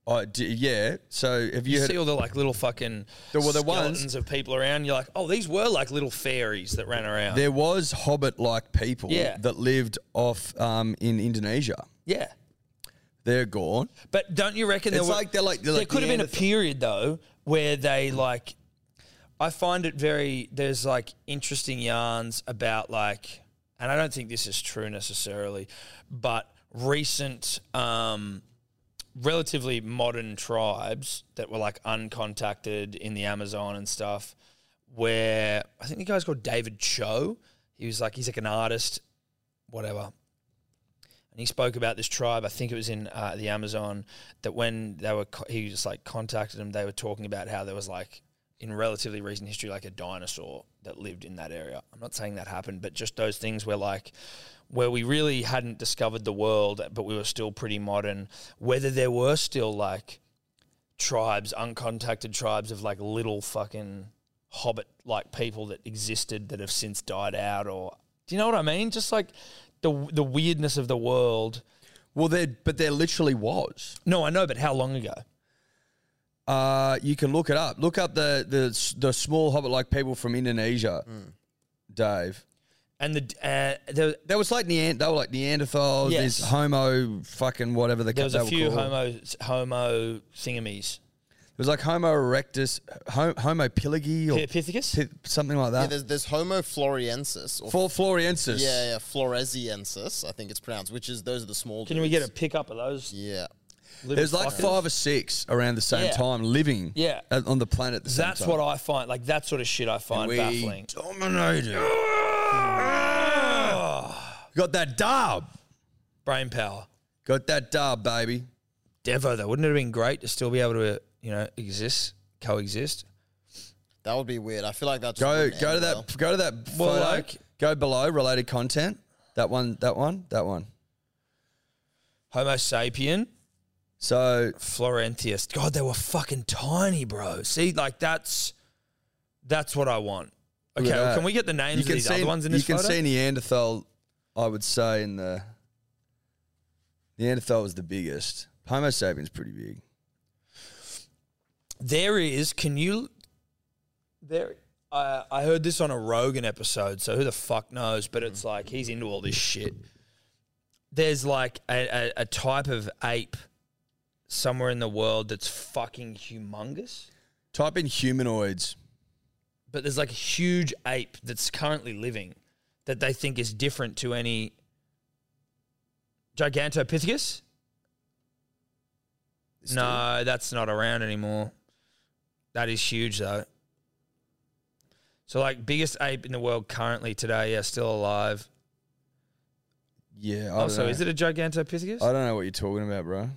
I d yeah. So have you,
You
heard?
see all the like little fucking
There were the
skeletons
ones-
of people around. You're like, oh, these were like little fairies that ran around.
There was hobbit-like people
Yeah.
that lived off um, in Indonesia.
yeah.
They're gone.
But don't you reckon there
It's
were-
like they're like- they're
there
like
could have been a
Neanderthal-
period though where they like I find it very there's like interesting yarns about like and I don't think this is true necessarily, but recent um relatively modern tribes that were like uncontacted in the Amazon and stuff where I think the guy's called David Cho. He was like he's like an artist, whatever and he spoke about this tribe. I think it was in uh, the Amazon that when they were, co- he just like contacted them. They were talking about how there was like in relatively recent history, like a dinosaur that lived in that area. I'm not saying that happened, but just those things where like where we really hadn't discovered the world, but we were still pretty modern. Whether there were still like tribes, uncontacted tribes of like little fucking hobbit like people that existed that have since died out, or do you know what I mean? Just like the the weirdness of the world.
Well, there, but there literally was.
No, I know, but how long ago?
Uh, you can look it up. Look up the the the small hobbit-like people from Indonesia,
Hmm.
Dave.
And the uh, there,
That was like Neand. They were like Neanderthals.
Yes.
This Homo fucking whatever the
there was a few
called.
homo homo thingamies.
It was like Homo erectus, Homo, homo pillagi, or
Epithecus?
pi- something like
Yeah,
that.
there's, there's Homo floriensis. Or,
For Floriensis.
yeah, yeah, floresiensis, I think it's pronounced, which is those are the small
Can we get a
dudes.
pick up of those?
Yeah.
little
There's like
fuckers?
five or six around the same
Yeah.
time living
Yeah.
at- on the planet at the same
That's
time.
what I find like that sort of shit. I find
we
baffling.
dominated. Got that dub.
Brain power.
Got that dub, baby.
Devo though, wouldn't it have been great to still be able to you know exist, coexist?
That would be weird. I feel like that's
Go go to that go to that
Well,
photo.
like-
go below related content. That one, that one, that one.
Homo sapien,
So
Florentius. God, they were fucking tiny, bro. See, like that's that's what I want.
Look
Okay,
at
well,
that.
can we get the names
you
of
can
these
see
other ones in
you
this
can
photo?
see Neanderthal. I would say in the Neanderthal was the biggest. Homo sapiens pretty big.
There is. Can you? There. I I heard this on a Rogan episode, so who the fuck knows? But it's like he's into all this shit. There's like a, a, a type of ape somewhere in the world that's fucking humongous,
Type in humanoids.
but there's like a huge ape that's currently living that they think is different to any Gigantopithecus. No, that's not around anymore. That is huge though. So like biggest ape in the world currently today, yeah, still alive.
Yeah. I
Oh,
don't
so
know.
is it a Gigantopithecus?
I don't know what you're talking about, bro.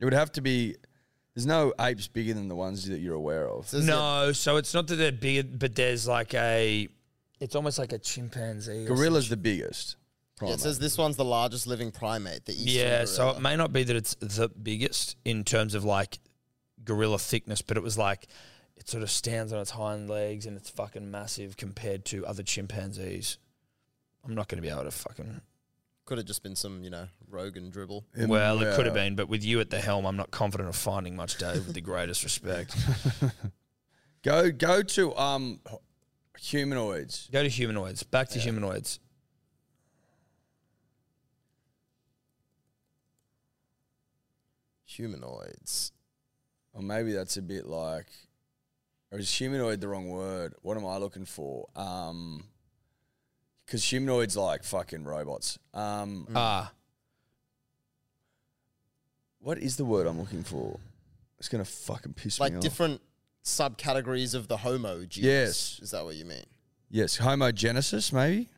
It would have to be. There's no apes bigger than the ones that you're aware of.
Says here-
no, so it's not that they're big, but there's like a, it's almost like a chimpanzee. or
Gorilla's the biggest.
yeah, it
primate.
says this one's the largest living primate. The eastern
Yeah, so it
gorilla.
may not be that it's the biggest in terms of like gorilla thickness, but it was like it sort of stands on its hind legs and it's fucking massive compared to other chimpanzees. I'm not going to be able to fucking.
could have just been some, you know, Rogan dribble.
Um,
Well, it could have
yeah.
been, but with you at the helm, I'm not confident of finding much, Dave, with the greatest respect.
Go go to um humanoids.
Go to humanoids. Back to humanoids.
Humanoids.
Or maybe that's a bit like or is humanoid the wrong word? What am I looking for? Um because humanoids like fucking robots. Um
Mm.
Ah,
what is the word I'm looking for? It's gonna fucking piss me
Like
off.
different subcategories of the Homo genus.
Yes.
Is that what you mean?
yes, homogenesis maybe?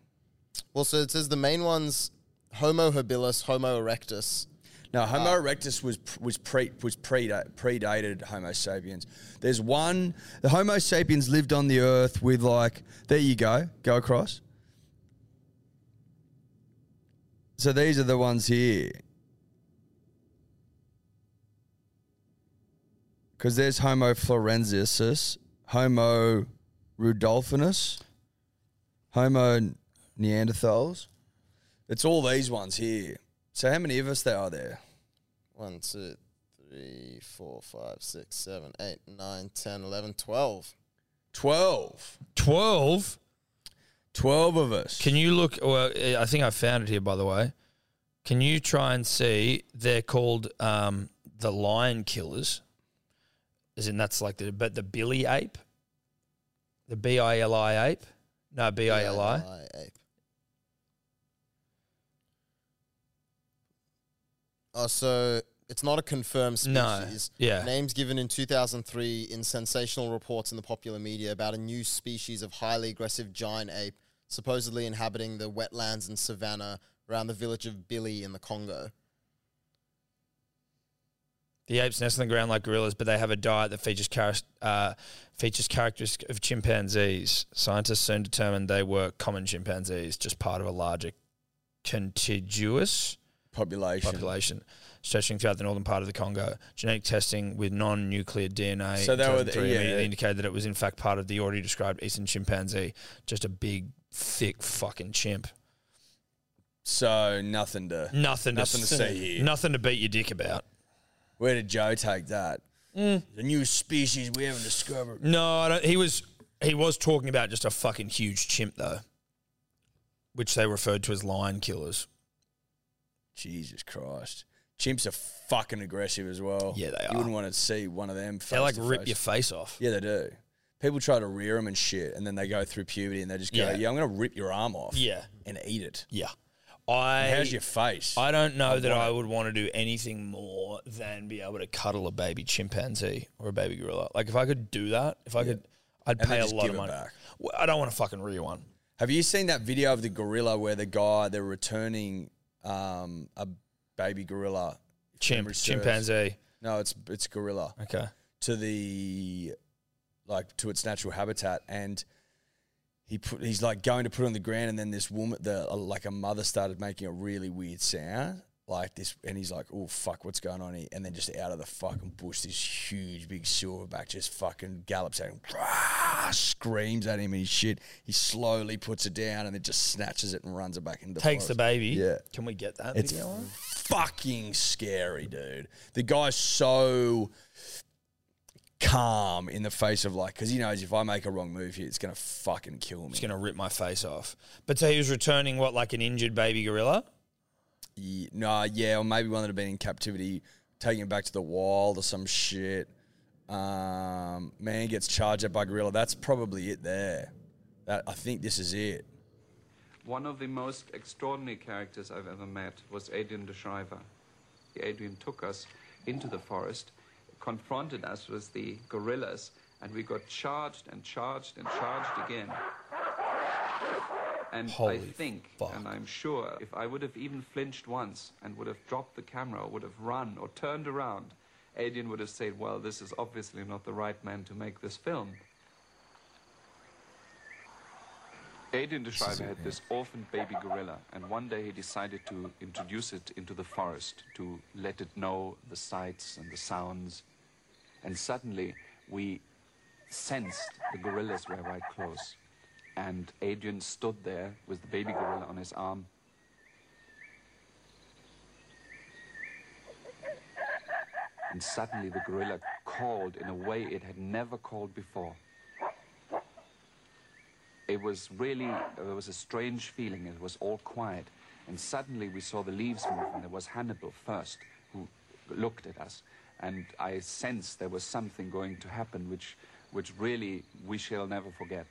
Well, so it says the main ones Homo habilis, Homo erectus.
No, Homo erectus was was pre was predate, predated Homo sapiens. There's one. The Homo sapiens lived on the earth with like. There you go. Go across. So these are the ones here. Because there's Homo florensis, Homo rudolphinus, Homo neanderthals. It's all these ones here. So how many of us there are there?
One, two, three, four, five, six, seven, eight, nine, ten, eleven, twelve.
12.
12.
12 of us.
Can you look? Well, eh, I think I found it here, by the way. Can you try and see? They're called um, the lion killers, as in that's like the but the billy ape, the B I L I ape. No, B I L I.
ape. Oh, so it's not a confirmed
No,
species.
yeah.
Names given in 2003 in sensational reports in the popular media about a new species of highly aggressive giant ape supposedly inhabiting the wetlands and savanna around the village of Billy in the Congo.
The apes nest on the ground like gorillas, but they have a diet that features char- uh, features characteristics of chimpanzees. Scientists soon determined they were common chimpanzees, just part of a larger contiguous
population.
population stretching throughout the northern part of the Congo. Genetic testing with non-nuclear DNA
So
in
they were the-
2003
yeah.
immediately indicated that it was in fact part of the already described eastern chimpanzee, just a big, thick fucking chimp.
So nothing to.
Nothing,
Nothing to see here.
Nothing to beat your dick about.
Where did Joe take that?
Mm.
The new species we haven't discovered.
No, I don't, he was he was talking about just a fucking huge chimp though, which they referred to as lion killers.
Jesus Christ. Chimps are fucking aggressive as well.
Yeah, they
you
are.
wouldn't want to see one of them. Face
They like
to
rip
face.
your face off.
Yeah, they do. People try to rear them and shit, and then they go through puberty and they just go,
Yeah.
"Yeah, I'm going to rip your arm off.
Yeah,
and eat it.
yeah. I
How's your Oh, face?
I don't know that I would want to do anything more than be able to cuddle a baby chimpanzee or a baby gorilla. Like if I could do that, if I could, I'd
And
pay
they
a
just
lot
give
of
it
money.
back.
Well, I don't want to fucking rear one.
Have you seen that video of the gorilla where the guy they're returning um, a baby gorilla? if
Chimp,
memory serves.
chimpanzee.
No, it's it's gorilla
Okay.
to the like to its natural habitat, and he put he's like going to put it on the ground, and then this woman, the like a mother, started making a really weird sound. Like this, and he's like, "Oh fuck, what's going on here?" And then just out of the fucking bush, this huge big silverback just fucking gallops at him, screams at him and shit. He slowly puts it down, and then just snatches it and runs it back into the
Takes
forest.
the baby.
Yeah.
Can we get that
It's
video on?
fucking scary, dude. The guy's so calm in the face of like, because he knows if I make a wrong move here, it's gonna fucking kill me.
It's going to rip my face off. But so he was returning what, like an injured baby gorilla?
Ye- no, yeah, or maybe one that had been in captivity, taking him back to the wild or some shit. Um, man gets charged at by gorilla. That's probably it there. That, I think this is it.
One of the most extraordinary characters I've ever met was Adrian de Shriver. Adrian took us into the forest, confronted us with the gorillas, and we got charged and charged and charged again. And
Holy
I think,
fuck.
and I'm sure, if I would have even flinched once and would have dropped the camera, or would have run or turned around, Adrian would have said, Well, this is obviously not the right man to make this film. Adrian de Schreiber had this orphaned baby gorilla, and one day he decided to introduce it into the forest to let it know the sights and the sounds. And suddenly we sensed the gorillas were right close. And Adrian stood there with the baby gorilla on his arm. And suddenly the gorilla called in a way it had never called before it was really there was a strange feeling it was all quiet and suddenly we saw the leaves move and there was hannibal first who looked at us and i sensed there was something going to happen which which really we shall never forget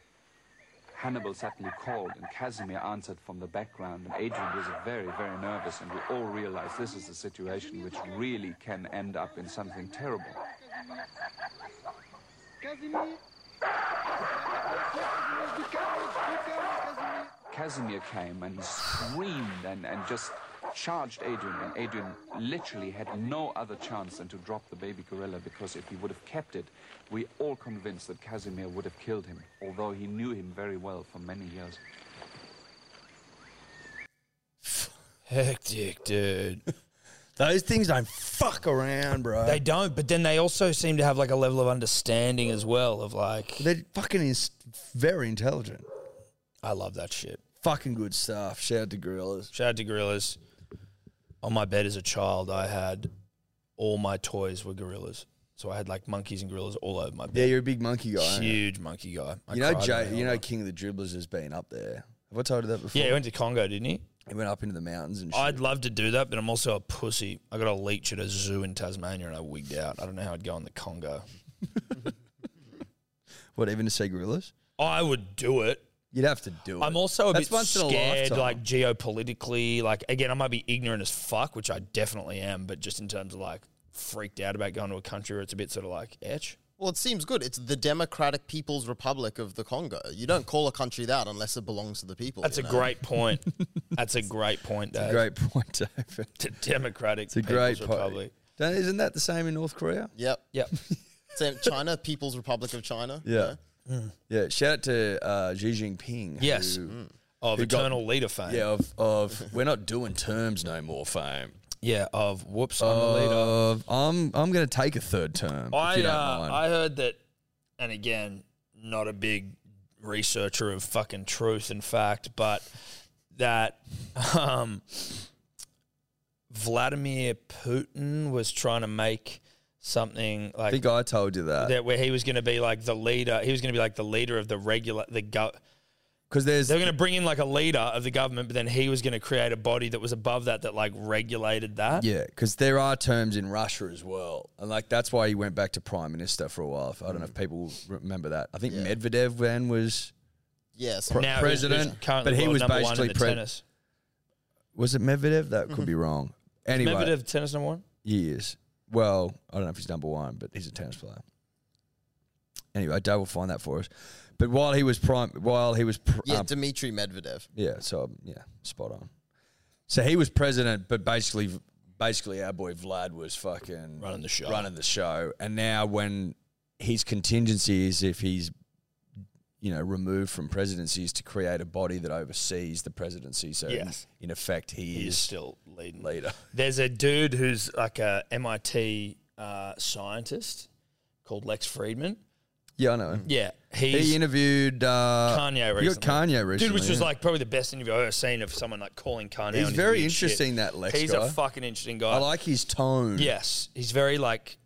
hannibal suddenly called and casimir answered from the background and adrian was very very nervous and we all realized this is a situation which really can end up in something terrible Casimir came and screamed and, and just charged Adrian. And Adrian literally had no other chance than to drop the baby gorilla because if he would have kept it, we all convinced that Casimir would have killed him, although he knew him very well for many years.
Hectic, dude.
Those things don't fuck around, bro.
They don't, but then they also seem to have like a level of understanding as well of like,
They're fucking is very intelligent.
I love that shit.
Fucking good stuff. Shout out to gorillas.
Shout out to gorillas. On my bed as a child, I had all my toys were gorillas. So I had like monkeys and gorillas all over my
Yeah,
bed.
you're a big monkey guy. aren't you?
Huge monkey guy. I
You know,
cried
Jay,
when I
you know,
got-
King of the Dribblers has been up there. Have I told you that before?
yeah, he went to Congo, didn't he?
he went up into the mountains and shit.
I'd love to do that, but I'm also a pussy. I got a leech at a zoo in Tasmania and I wigged out. I don't know how I'd go in the Congo.
what even to see gorillas?
I would do it.
You'd have to do it.
I'm also a
That's
bit
once in a
scared,
lifetime.
like geopolitically. Like again, I might be ignorant as fuck, which I definitely am, but just in terms of like freaked out about going to a country where it's a bit sort of like etch.
Well, it seems good. It's the Democratic People's Republic of the Congo. You don't call a country that unless it belongs to the people.
That's a
you know?
great point. That's a great point, Dave.
great point, David.
To Democratic
It's a great
People's
point.
Republic.
Don't, isn't that the same in North Korea?
Yep.
Yep.
Same- China, People's Republic of China. you know?
Yeah. Shout out to uh, Xi Jinping.
Yes.
who-
Of
Who got-
eternal leader fame.
yeah. Of, of we're not doing terms no more. Fame.
Yeah, Of whoops, I'm
Uh,
the leader.
Of I'm I'm going to take a third term. if
I
you don't
uh,
mind.
I heard that, and again, not a big researcher of fucking truth and fact, but that um, Vladimir Putin was trying to make something
I
like
think I told you that
that, where he was going to be like the leader. He was going to be like the leader of the regular the go.
because there's
They were going to bring in like a leader of the government, but then he was going to create a body that was above that that like regulated that.
Yeah, because there are terms in Russia as well, and like that's why he went back to prime minister for a while. I don't know if people remember that. I think Medvedev then was
Yeah.
Pro-
Some,
Now, who's- who's
president,
currently
but he
world
was
number one in
basically
the
pre-
tennis.
was it Medvedev? That could be wrong. Anyway,
Medvedev tennis number one.
he is. Well, I don't know if he's number one, but he's a tennis player. Anyway, Dave will find that for us. But while he was prime, while he was pr-
yeah,
um,
Dmitry Medvedev.
Yeah, so yeah, spot on. So he was president, but basically, basically our boy Vlad was fucking
Running the show.
running the show. And now when his contingency is if he's, you know, removed from presidency is to create a body that oversees the presidency. So in-
Yes.
in, effect, he,
He
is
is still leading.
leader.
There's a dude who's like a MIT uh, scientist called Lex Friedman.
Yeah, I know. him.
Yeah, he's
He interviewed uh,
Kanye
You
recently.
got Kanye recently.
dude, which was
yeah.
like probably the best interview I've ever seen of someone like calling Kanye.
He's
on his
very
weird
interesting,
shit.
that Lex
He's
guy.
a fucking interesting guy.
I like his tone.
Yes, he's very like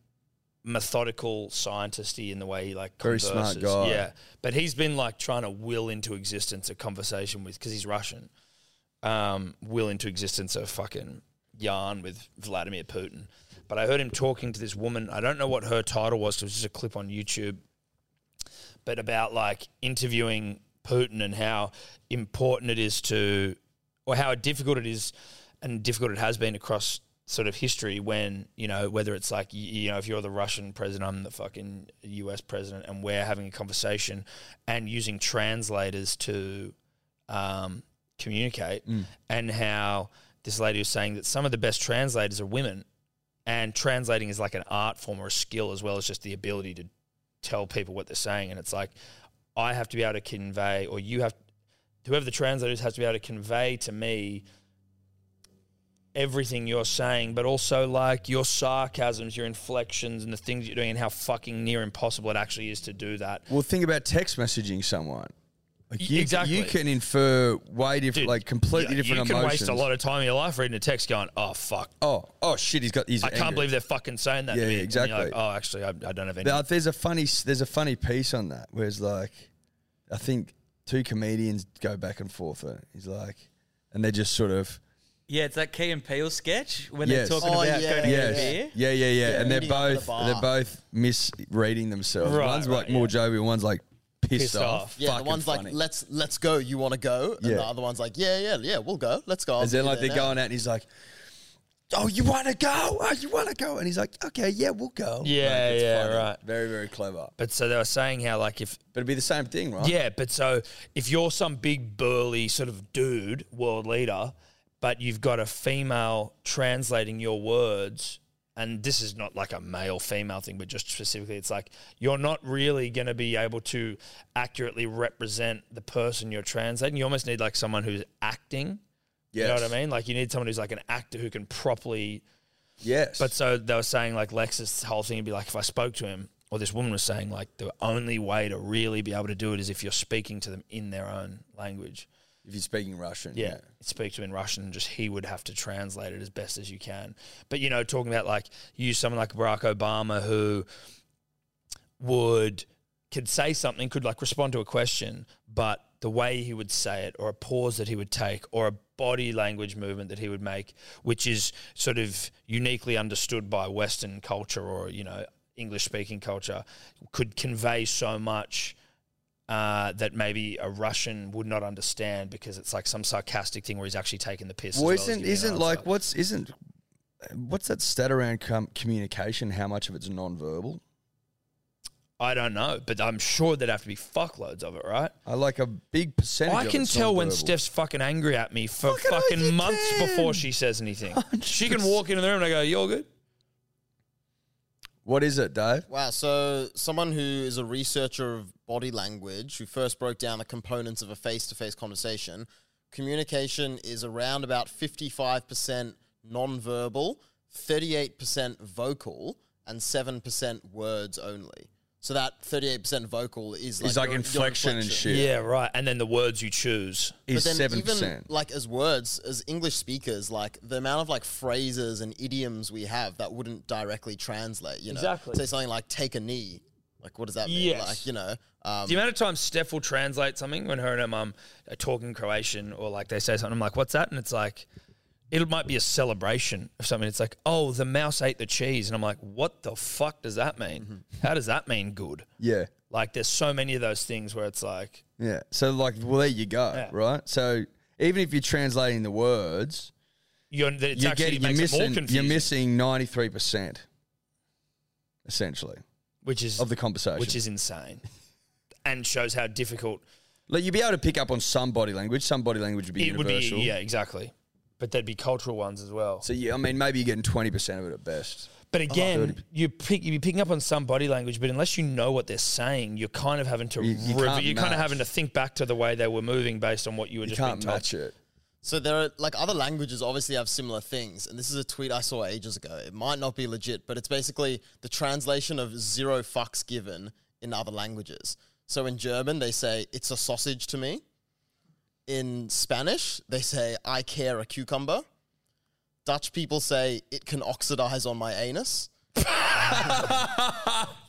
methodical scientisty in the way he like
Very
converses.
smart guy.
Yeah, but he's been like trying to will into existence a conversation with because he's Russian. Um, will into existence a fucking yarn with Vladimir Putin. But I heard him talking to this woman. I don't know what her title was. 'cause It was just a clip on YouTube but about like interviewing Putin and how important it is to, or how difficult it is and difficult it has been across sort of history when, you know, whether it's like, y- you know, if you're the Russian president, I'm the fucking US president, and we're having a conversation and using translators to um, communicate, and how this lady was saying that some of the best translators are women. And translating is like an art form or a skill as well as just the ability to tell people what they're saying. And it's like, I have to be able to convey, or you have, whoever the translators has to be able to convey to me everything you're saying, but also like your sarcasms, your inflections, and the things you're doing, and how fucking near impossible it actually is to do that.
Well, think about text messaging someone. Like you,
E, exactly.
You can infer way different,
Dude,
like completely
yeah,
different
You can
emotions.
waste a lot of time in your life reading a text going, oh, fuck.
oh, oh shit! He's got. He's
I can't believe they're fucking saying that
Yeah,
to me.
yeah,
And you're like,
exactly.
oh, actually, I, I don't have any.
Now, there's a funny there's a funny piece on that where it's like, I think two comedians go back and forth. on it. He's like, and they're just sort of
Yeah, it's that Key and Peele sketch when
Yes.
they're talking
Oh,
about
yeah,
going to
yes,
get a
yeah,
beer.
yeah, yeah, and they're
meeting up at a
both
bar.
they're both misreading themselves.
Right,
one's
right,
like more
yeah.
jovial, one's like pissed,
Pissed
off.
off.
Yeah,
Fucking
the one's
funny.
like, let's let's go. You want to go? And
Yeah.
the other one's like, yeah, yeah, yeah, we'll go. Let's go. I'll
And then
be
like
there
they're
now."
going out and he's like, Oh, you wanna go? Oh, you wanna go? And he's like, Okay, yeah, we'll go.
Yeah,
Like, it's
yeah, right.
Very, very clever. But
but so they were saying how, like, if
it'd be the same thing, right?
Yeah, but so if you're some big burly sort of dude, world leader, but you've got a female translating your words, and this is not like a male female thing, but just specifically, it's like you're not really going to be able to accurately represent the person you're translating. You almost need like someone who's acting. You know
Yes.
what I mean? Like you need someone who's like an actor who can properly
Yes.
but so they were saying like Lex's whole thing would be like if I spoke to him, or this woman was saying like the only way to really be able to do it is if you're speaking to them in their own language.
if you're speaking Russian,
Yeah, speak to him in Russian, and just he would have to translate it as best as you can. But you know, talking about like you, use someone like Barack Obama who would could say something, could like respond to a question, but the way he would say it, or a pause that he would take, or a body language movement that he would make, which is sort of uniquely understood by Western culture or you know English speaking culture, could convey so much uh, that maybe a Russian would not understand because it's like some sarcastic thing where he's actually taking the piss. as
Well,
well as
isn't
giving an
isn't
answer.
like what's isn't what's that stat around com- communication? How much of it's nonverbal?
I don't know, but I'm sure there'd have to be fuckloads of it, right?
I like a big percentage.
I
of
can
it's
tell when
nonverbal.
Steph's fucking angry at me for
Fucking
fucking,
hell, you
months
can.
before she says anything. She can
100%.
walk into the room and I go, "You're good."
What is it, Dave?
Wow. So, someone who is a researcher of body language who first broke down the components of a face to face conversation, communication is around about 55% nonverbal, 38% vocal, and 7% words only. So, that 38% vocal is like,
It's like
your- your
inflection and shit.
Yeah. right. And then the words you choose.
Is
but then
seven
even
percent.
like as words as english speakers like the amount of like phrases and idioms we have that wouldn't directly translate you know
Exactly.
say something like take a knee like what does that mean
Yes.
like you know um,
The amount of times Steph will translate something when her and her mum are talking Croatian or like they say something, I'm like, what's that? And it's like, it might be a celebration of something. It's like, oh, the mouse ate the cheese. And I'm like, what the fuck does that mean?
Mm-hmm.
How does that mean good?
Yeah.
Like, there's so many of those things where it's like,
Yeah. So like, well, there you go,
Yeah.
right? So even if you're translating the words,
you're, that it's
you're
actually
getting you're
makes it more
missing
confusing.
you're missing ninety three percent, essentially,
which is
of the conversation.
which is insane, and shows how difficult
like you'd be able to pick up on some body language. Some body language would be
it would be.
universal.
Yeah, exactly. But there'd be cultural ones as well.
So yeah, I mean, maybe you're getting twenty percent of it at best.
but again, you pick, you'd be picking up on some body language, but unless you know what they're saying, you're kind of having to
You- you
rev-
can't
you're kind
match.
of having to think back to the way they were moving based on what you were
You
just being
can't
told.
match it.
so there are like other languages obviously have similar things and this is a tweet i saw ages ago it might not be legit but it's basically the translation of zero fucks given in other languages so in german they say it's a sausage to me in spanish they say i care a cucumber Dutch people say it can oxidize on my anus.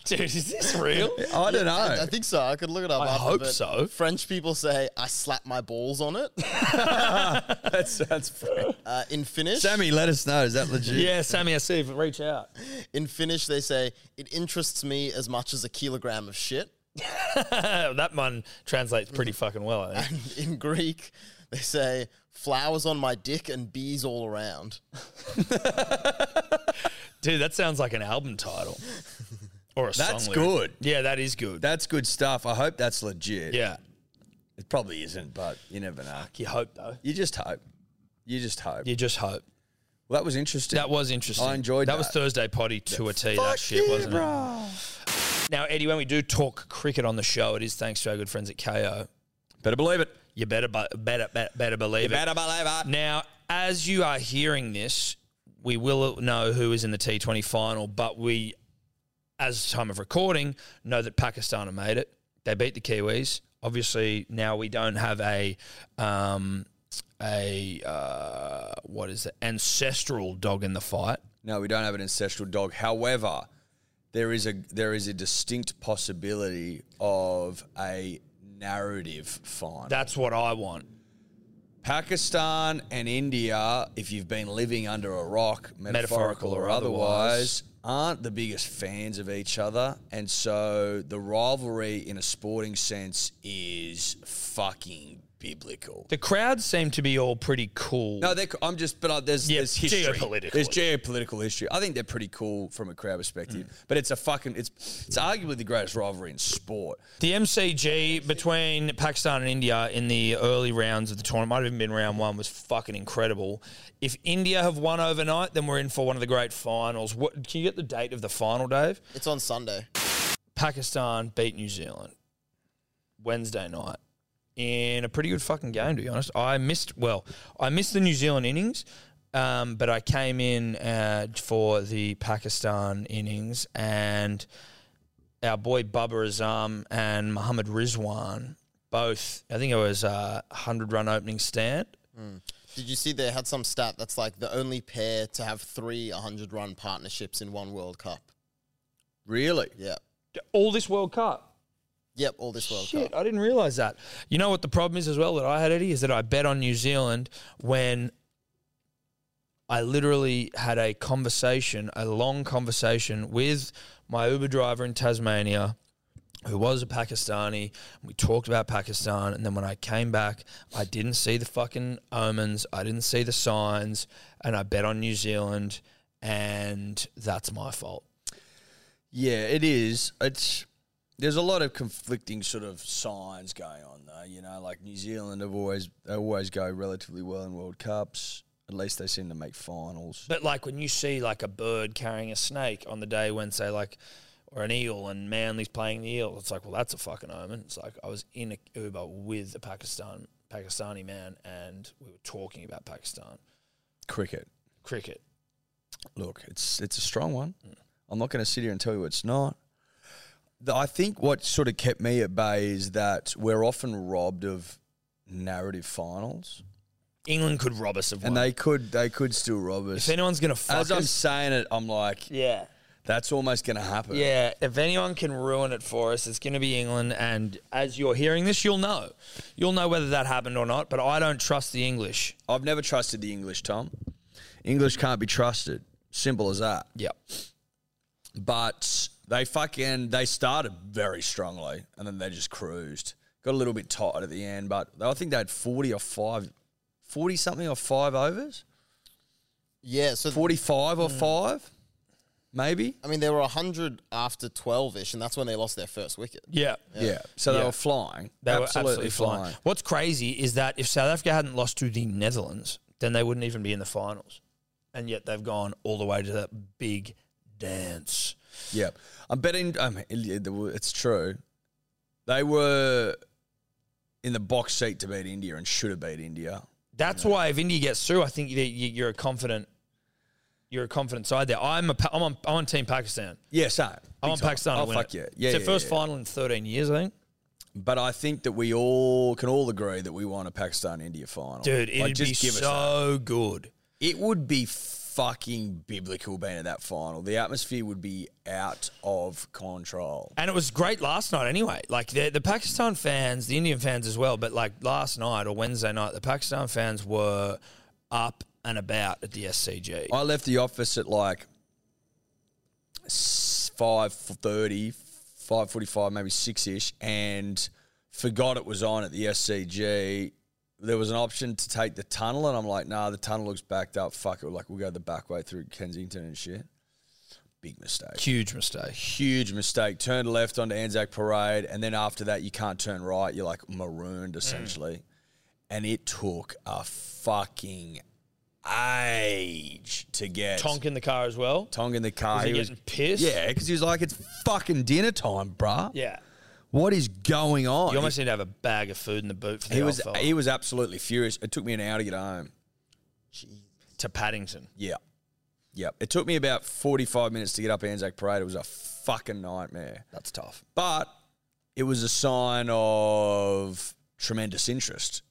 dude, is this real?
I don't know.
I, I think so. I could look it up.
I
after,
hope
but
so.
French people say I slap my balls on it.
that sounds funny.
Uh, in Finnish,
Sammy, let us know. Is that legit?
Yeah, Sammy, I see. But reach out.
in Finnish they say it interests me as much as a kilogram of shit.
Uh, that one translates pretty fucking well. I think.
In Greek they say flowers on my dick and bees all around.
Dude, that sounds like an album title or a song.
That's
lyric.
good.
Yeah, that is good.
That's good stuff. I hope that's legit.
yeah,
It probably isn't, but you never know.
you hope though.
You just hope. You just hope.
You just hope.
Well, that was interesting.
That was interesting.
I enjoyed
was
that.
Thursday potty to a T. That shit wasn't it? Now, Eddie, when we do talk cricket on the show, it is thanks to our good friends at KO.
Better believe it.
You better, bu- better, better, better believe it.
believe it.
Now, as you are hearing this, we will know who is in the T20 final, but we, as time of recording, know that Pakistan have made it. They beat the Kiwis. Obviously, now we don't have a um, a uh, what is it ancestral dog in the fight.
No, we don't have an ancestral dog. However, there is a there is a distinct possibility of a narrative find.
That's what I want.
Pakistan and India, if you've been living under a rock, metaphorical, or otherwise, aren't the biggest fans of each other. And so the rivalry in a sporting sense is fucking biblical.
The crowd seem to be all pretty cool.
No, they're, I'm just, but uh, there's,
Yeah,
there's history.
geopolitically.
There's geopolitical history. I think they're pretty cool from a crowd
Mm.
perspective, but it's a fucking, it's, it's arguably the greatest rivalry in sport.
The MCG between Pakistan and India in the early rounds of the tournament, might have even been round one, was fucking incredible. If India have won overnight, then we're in for one of the great finals. What can you get the date of the final, Dave?
It's on Sunday.
Pakistan beat New Zealand Wednesday night in a pretty good fucking game, to be honest. I missed, well, I missed the New Zealand innings, um, but I came in uh, for the Pakistan innings, and our boy Bubba Azam and Muhammad Rizwan both, I think it was a 100 run opening stand.
Did you see they had some stat that's like the only pair to have three 100 run partnerships in one World Cup?
Really?
Yeah.
All this World Cup.
Yep, all this World
Shit,
Cup.
I didn't realize that. You know what the problem is as well that I had Eddie is that I bet on New Zealand when I literally had a conversation, a long conversation with my Uber driver in Tasmania who was a Pakistani. We talked about Pakistan and then when I came back, I didn't see the fucking omens, I didn't see the signs, and I bet on New Zealand and that's my fault.
Yeah, it is. It's there's a lot of conflicting sort of signs going on though. You know, like New Zealand have always they always go relatively well in World Cups. At least they seem to make finals.
But like when you see like a bird carrying a snake on the day when say like or an eel and Manly's playing the eel, it's like well that's a fucking omen. It's like I was in a Uber with a Pakistan Pakistani man and we were talking about Pakistan
Cricket.
cricket.
Look, it's it's a strong one. I'm not going to sit here and tell you it's not. The- I think what sort of kept me at bay is that we're often robbed of narrative finals,
England could rob us of one.
and they could they could still rob us.
if anyone's gonna fuck
As I'm
us,
saying it, I'm like,
yeah.
that's almost going to happen.
Yeah, if anyone can ruin it for us, it's going to be England. And as you're hearing this, you'll know. You'll know whether that happened or not. But I don't trust the English.
I've never trusted the English, Tom. English can't be trusted. Simple as that.
Yep.
But they fucking they started very strongly and then they just cruised. Got a little bit tired at the end, but I think they had 40 or 5 40 something or 5 overs.
Yeah, so
45 or 5 maybe.
I mean, they were 100 after 12 ish, and that's when they lost their first wicket.
Yeah.
Yeah. So they
Yeah.
were flying.
They were absolutely flying. What's crazy is that if South Africa hadn't lost to the Netherlands, then they wouldn't even be in the finals. And yet they've gone all the way to that big dance.
Yeah, I'm betting. Um, it's true. They were in the box seat to beat India and should have beat India.
That's why if India gets through, I think that you- you're a confident, you're a confident side there. I'm a, pa- I'm on, I'm on Team Pakistan.
Yeah, so
I'm on Pakistan. to
Oh
win
fuck
it.
yeah, yeah.
It's their
yeah,
first
yeah.
final in 13 years, I think.
But I think that we all can all agree that we want a Pakistan India final.
Dude,
Like,
it'd be
just give us that.
so good.
It would be fucking biblical being at that final. The atmosphere would be out of control.
And it was great last night anyway. Like the, the Pakistan fans, the Indian fans as well, but like last night or Wednesday night, the Pakistan fans were up and about at the SCG.
I left the office at like s- 5.30, 5.45, maybe 6ish, and forgot it was on at the SCG. There was an option to take the tunnel, and I'm like, nah, the tunnel looks backed up. Fuck it. Like, we'll go the back way through Kensington and shit. Big mistake.
Huge mistake.
huge mistake. Turned left onto Anzac Parade, and then after that, you can't turn right. You're like
Mm.
marooned essentially. And it took a fucking age to get
Tonk in the car as well.
Tonk in the car.
Was he getting pissed?
Yeah, because he was like, "It's fucking dinner time, bruh.
Yeah.
What is going on?"
You almost need to have a bag of food in the boot for the
he was
old fella.
he was absolutely furious. It took me an hour to get home.
to Paddington.
Yeah, yeah. It took me about forty five minutes to get up Anzac Parade. It was a fucking nightmare.
That's tough.
but it was a sign of tremendous interest,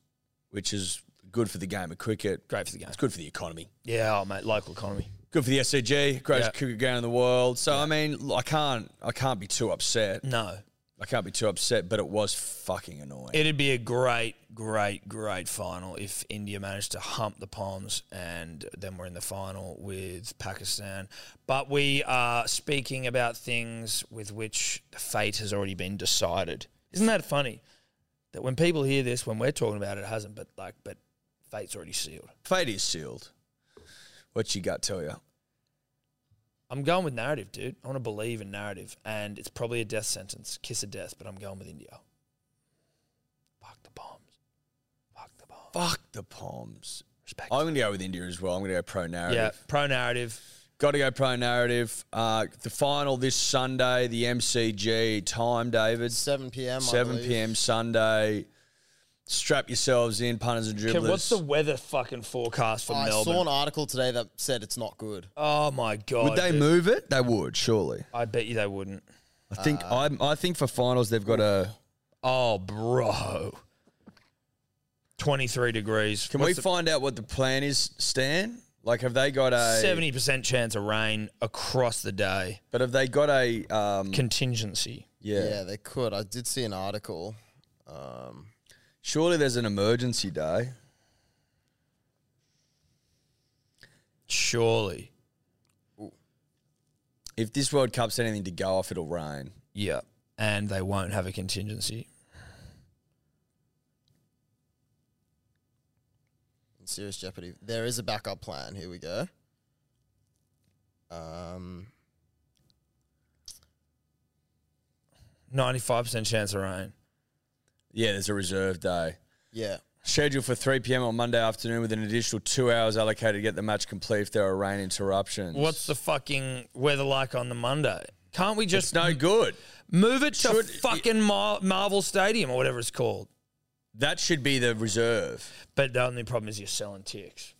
which is good for the game of cricket.
Great for the game.
It's good for the economy.
Yeah, oh, mate, local economy.
Good for the SCG, greatest
Yeah.
cricket game in the world. So I mean, I can't, I can't be too upset.
No.
I can't be too upset, but it was fucking annoying.
It'd be a great, great, great final if India managed to hump the Palms and then we're in the final with Pakistan. But we are speaking about things with which the fate has already been decided. Isn't that funny? That when people hear this, when we're talking about it, it hasn't, but like, but fate's already sealed.
Fate is sealed. What's your gut tell you?
I'm going with narrative, dude. I want to believe in narrative, and it's probably a death sentence, kiss of death, but I'm going with India. Fuck the bombs. Fuck the bombs.
Fuck the Poms.
Respect.
I'm going to go with India as well. I'm going to go pro narrative.
yeah, pro narrative.
Got to go pro narrative. Uh, the final this Sunday, the MCG time, David.
7 p.m. I
7
believe.
p.m. Sunday. Strap yourselves in, punters and dribblers.
Kev, what's the weather fucking forecast for
I
Melbourne?
saw an article today that said it's not good.
oh my god!
would they
dude.
move it? They would, surely.
I bet you they wouldn't.
I think
Uh,
I'm I think for finals they've got a.
Oh, bro. Twenty-three degrees.
Can we find out what the plan is, Stan? Like, have they got a
Seventy percent chance of rain across the day.
But have they got a? Um,
Contingency.
yeah.
Yeah. they could. I did see an article. Um,
Surely there's an emergency day.
Surely.
If this World Cup's anything to go off, it'll rain.
Yeah. And they won't have a contingency.
in serious jeopardy. There is a backup plan. Here we go. Um,
Ninety-five percent chance of rain.
Yeah, there's a reserve day.
yeah.
Scheduled for 3 p.m. on Monday afternoon with an additional two hours allocated to get the match complete if there are rain interruptions.
What's the fucking weather like on the Monday? Can't we
It's
just
no good.
move it to
Should-
fucking Mar- Marvel Stadium or whatever it's called?
That should be the reserve.
But the only problem is you're selling ticks.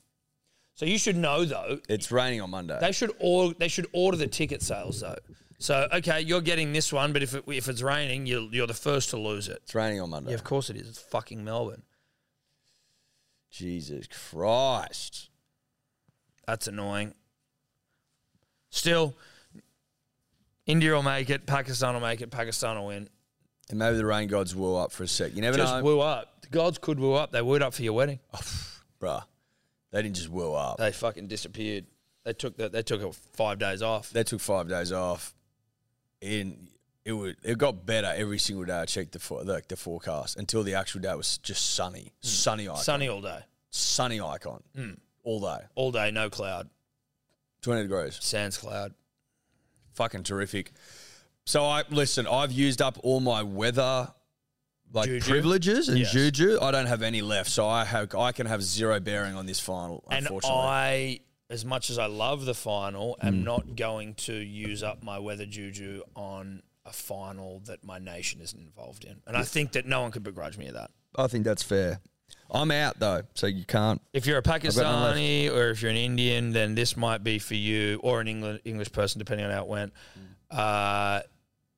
So you should know though.
It's raining on Monday.
They should or they should order the ticket sales though. So okay, you're getting this one, but if it, if it's raining, you're you're the first to lose it.
it's raining on Monday.
Yeah, of course it is. It's fucking Melbourne.
Jesus Christ.
That's annoying. Still, India will make it. Pakistan will make it. Pakistan will win.
And maybe the rain gods will up for a sec. You never
Just
know.
woo up. The gods could woo up. They wooed up for your wedding.
Oh. Bruh. They didn't just will up.
They fucking disappeared. They took the, they took a five days off.
They took five days off. And it would it got better every single day I checked the for, the, the forecast until the actual day was just sunny.
Hmm.
Sunny icon.
Sunny all day,
Sunny icon.
Hmm.
All day.
all day, no cloud,
Twenty degrees.
sans cloud.
fucking terrific. So I listen. I've used up all my weather like
Juju?
privileges and
Yes.
juju. I don't have any left, so I have I can have zero bearing on this final.
And
unfortunately, Hmm.
I, as much as I love the final, am not going to use up my weather juju on a final that my nation isn't involved in. And I think that no one could begrudge me of that.
I think that's fair. I'm out though, so you can't.
If you're a
got none
Pakistani or if you're an Indian, then this might be for you, or an England, English person, depending on how it went.
Hmm.
Uh,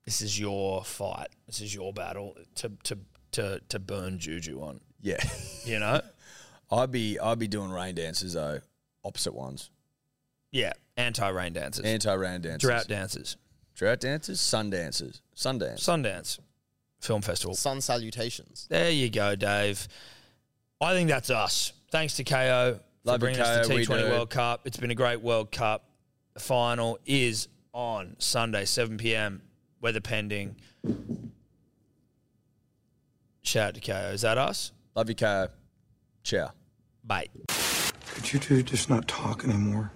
this is your fight. This is your battle to to to to burn Juju on.
Yeah,
You know,
I'd be I'd be doing rain dances though, opposite ones.
Yeah, anti rain dancers,
Anti rain dancers.
drought dancers,
Drought dancers? Sun dancers. Sun dance.
Sundance Film Festival.
Sun salutations.
There you go, Dave. I think that's us. Thanks to KO
Love
for
you,
bringing us the
KO, we
T20
do.
World Cup. It's been a great World Cup. The final is on Sunday, 7 p.m. Weather pending. Shout out to KO. Is that us?
Love you, Kyle. Ciao.
Bye.
Could you two just not talk anymore?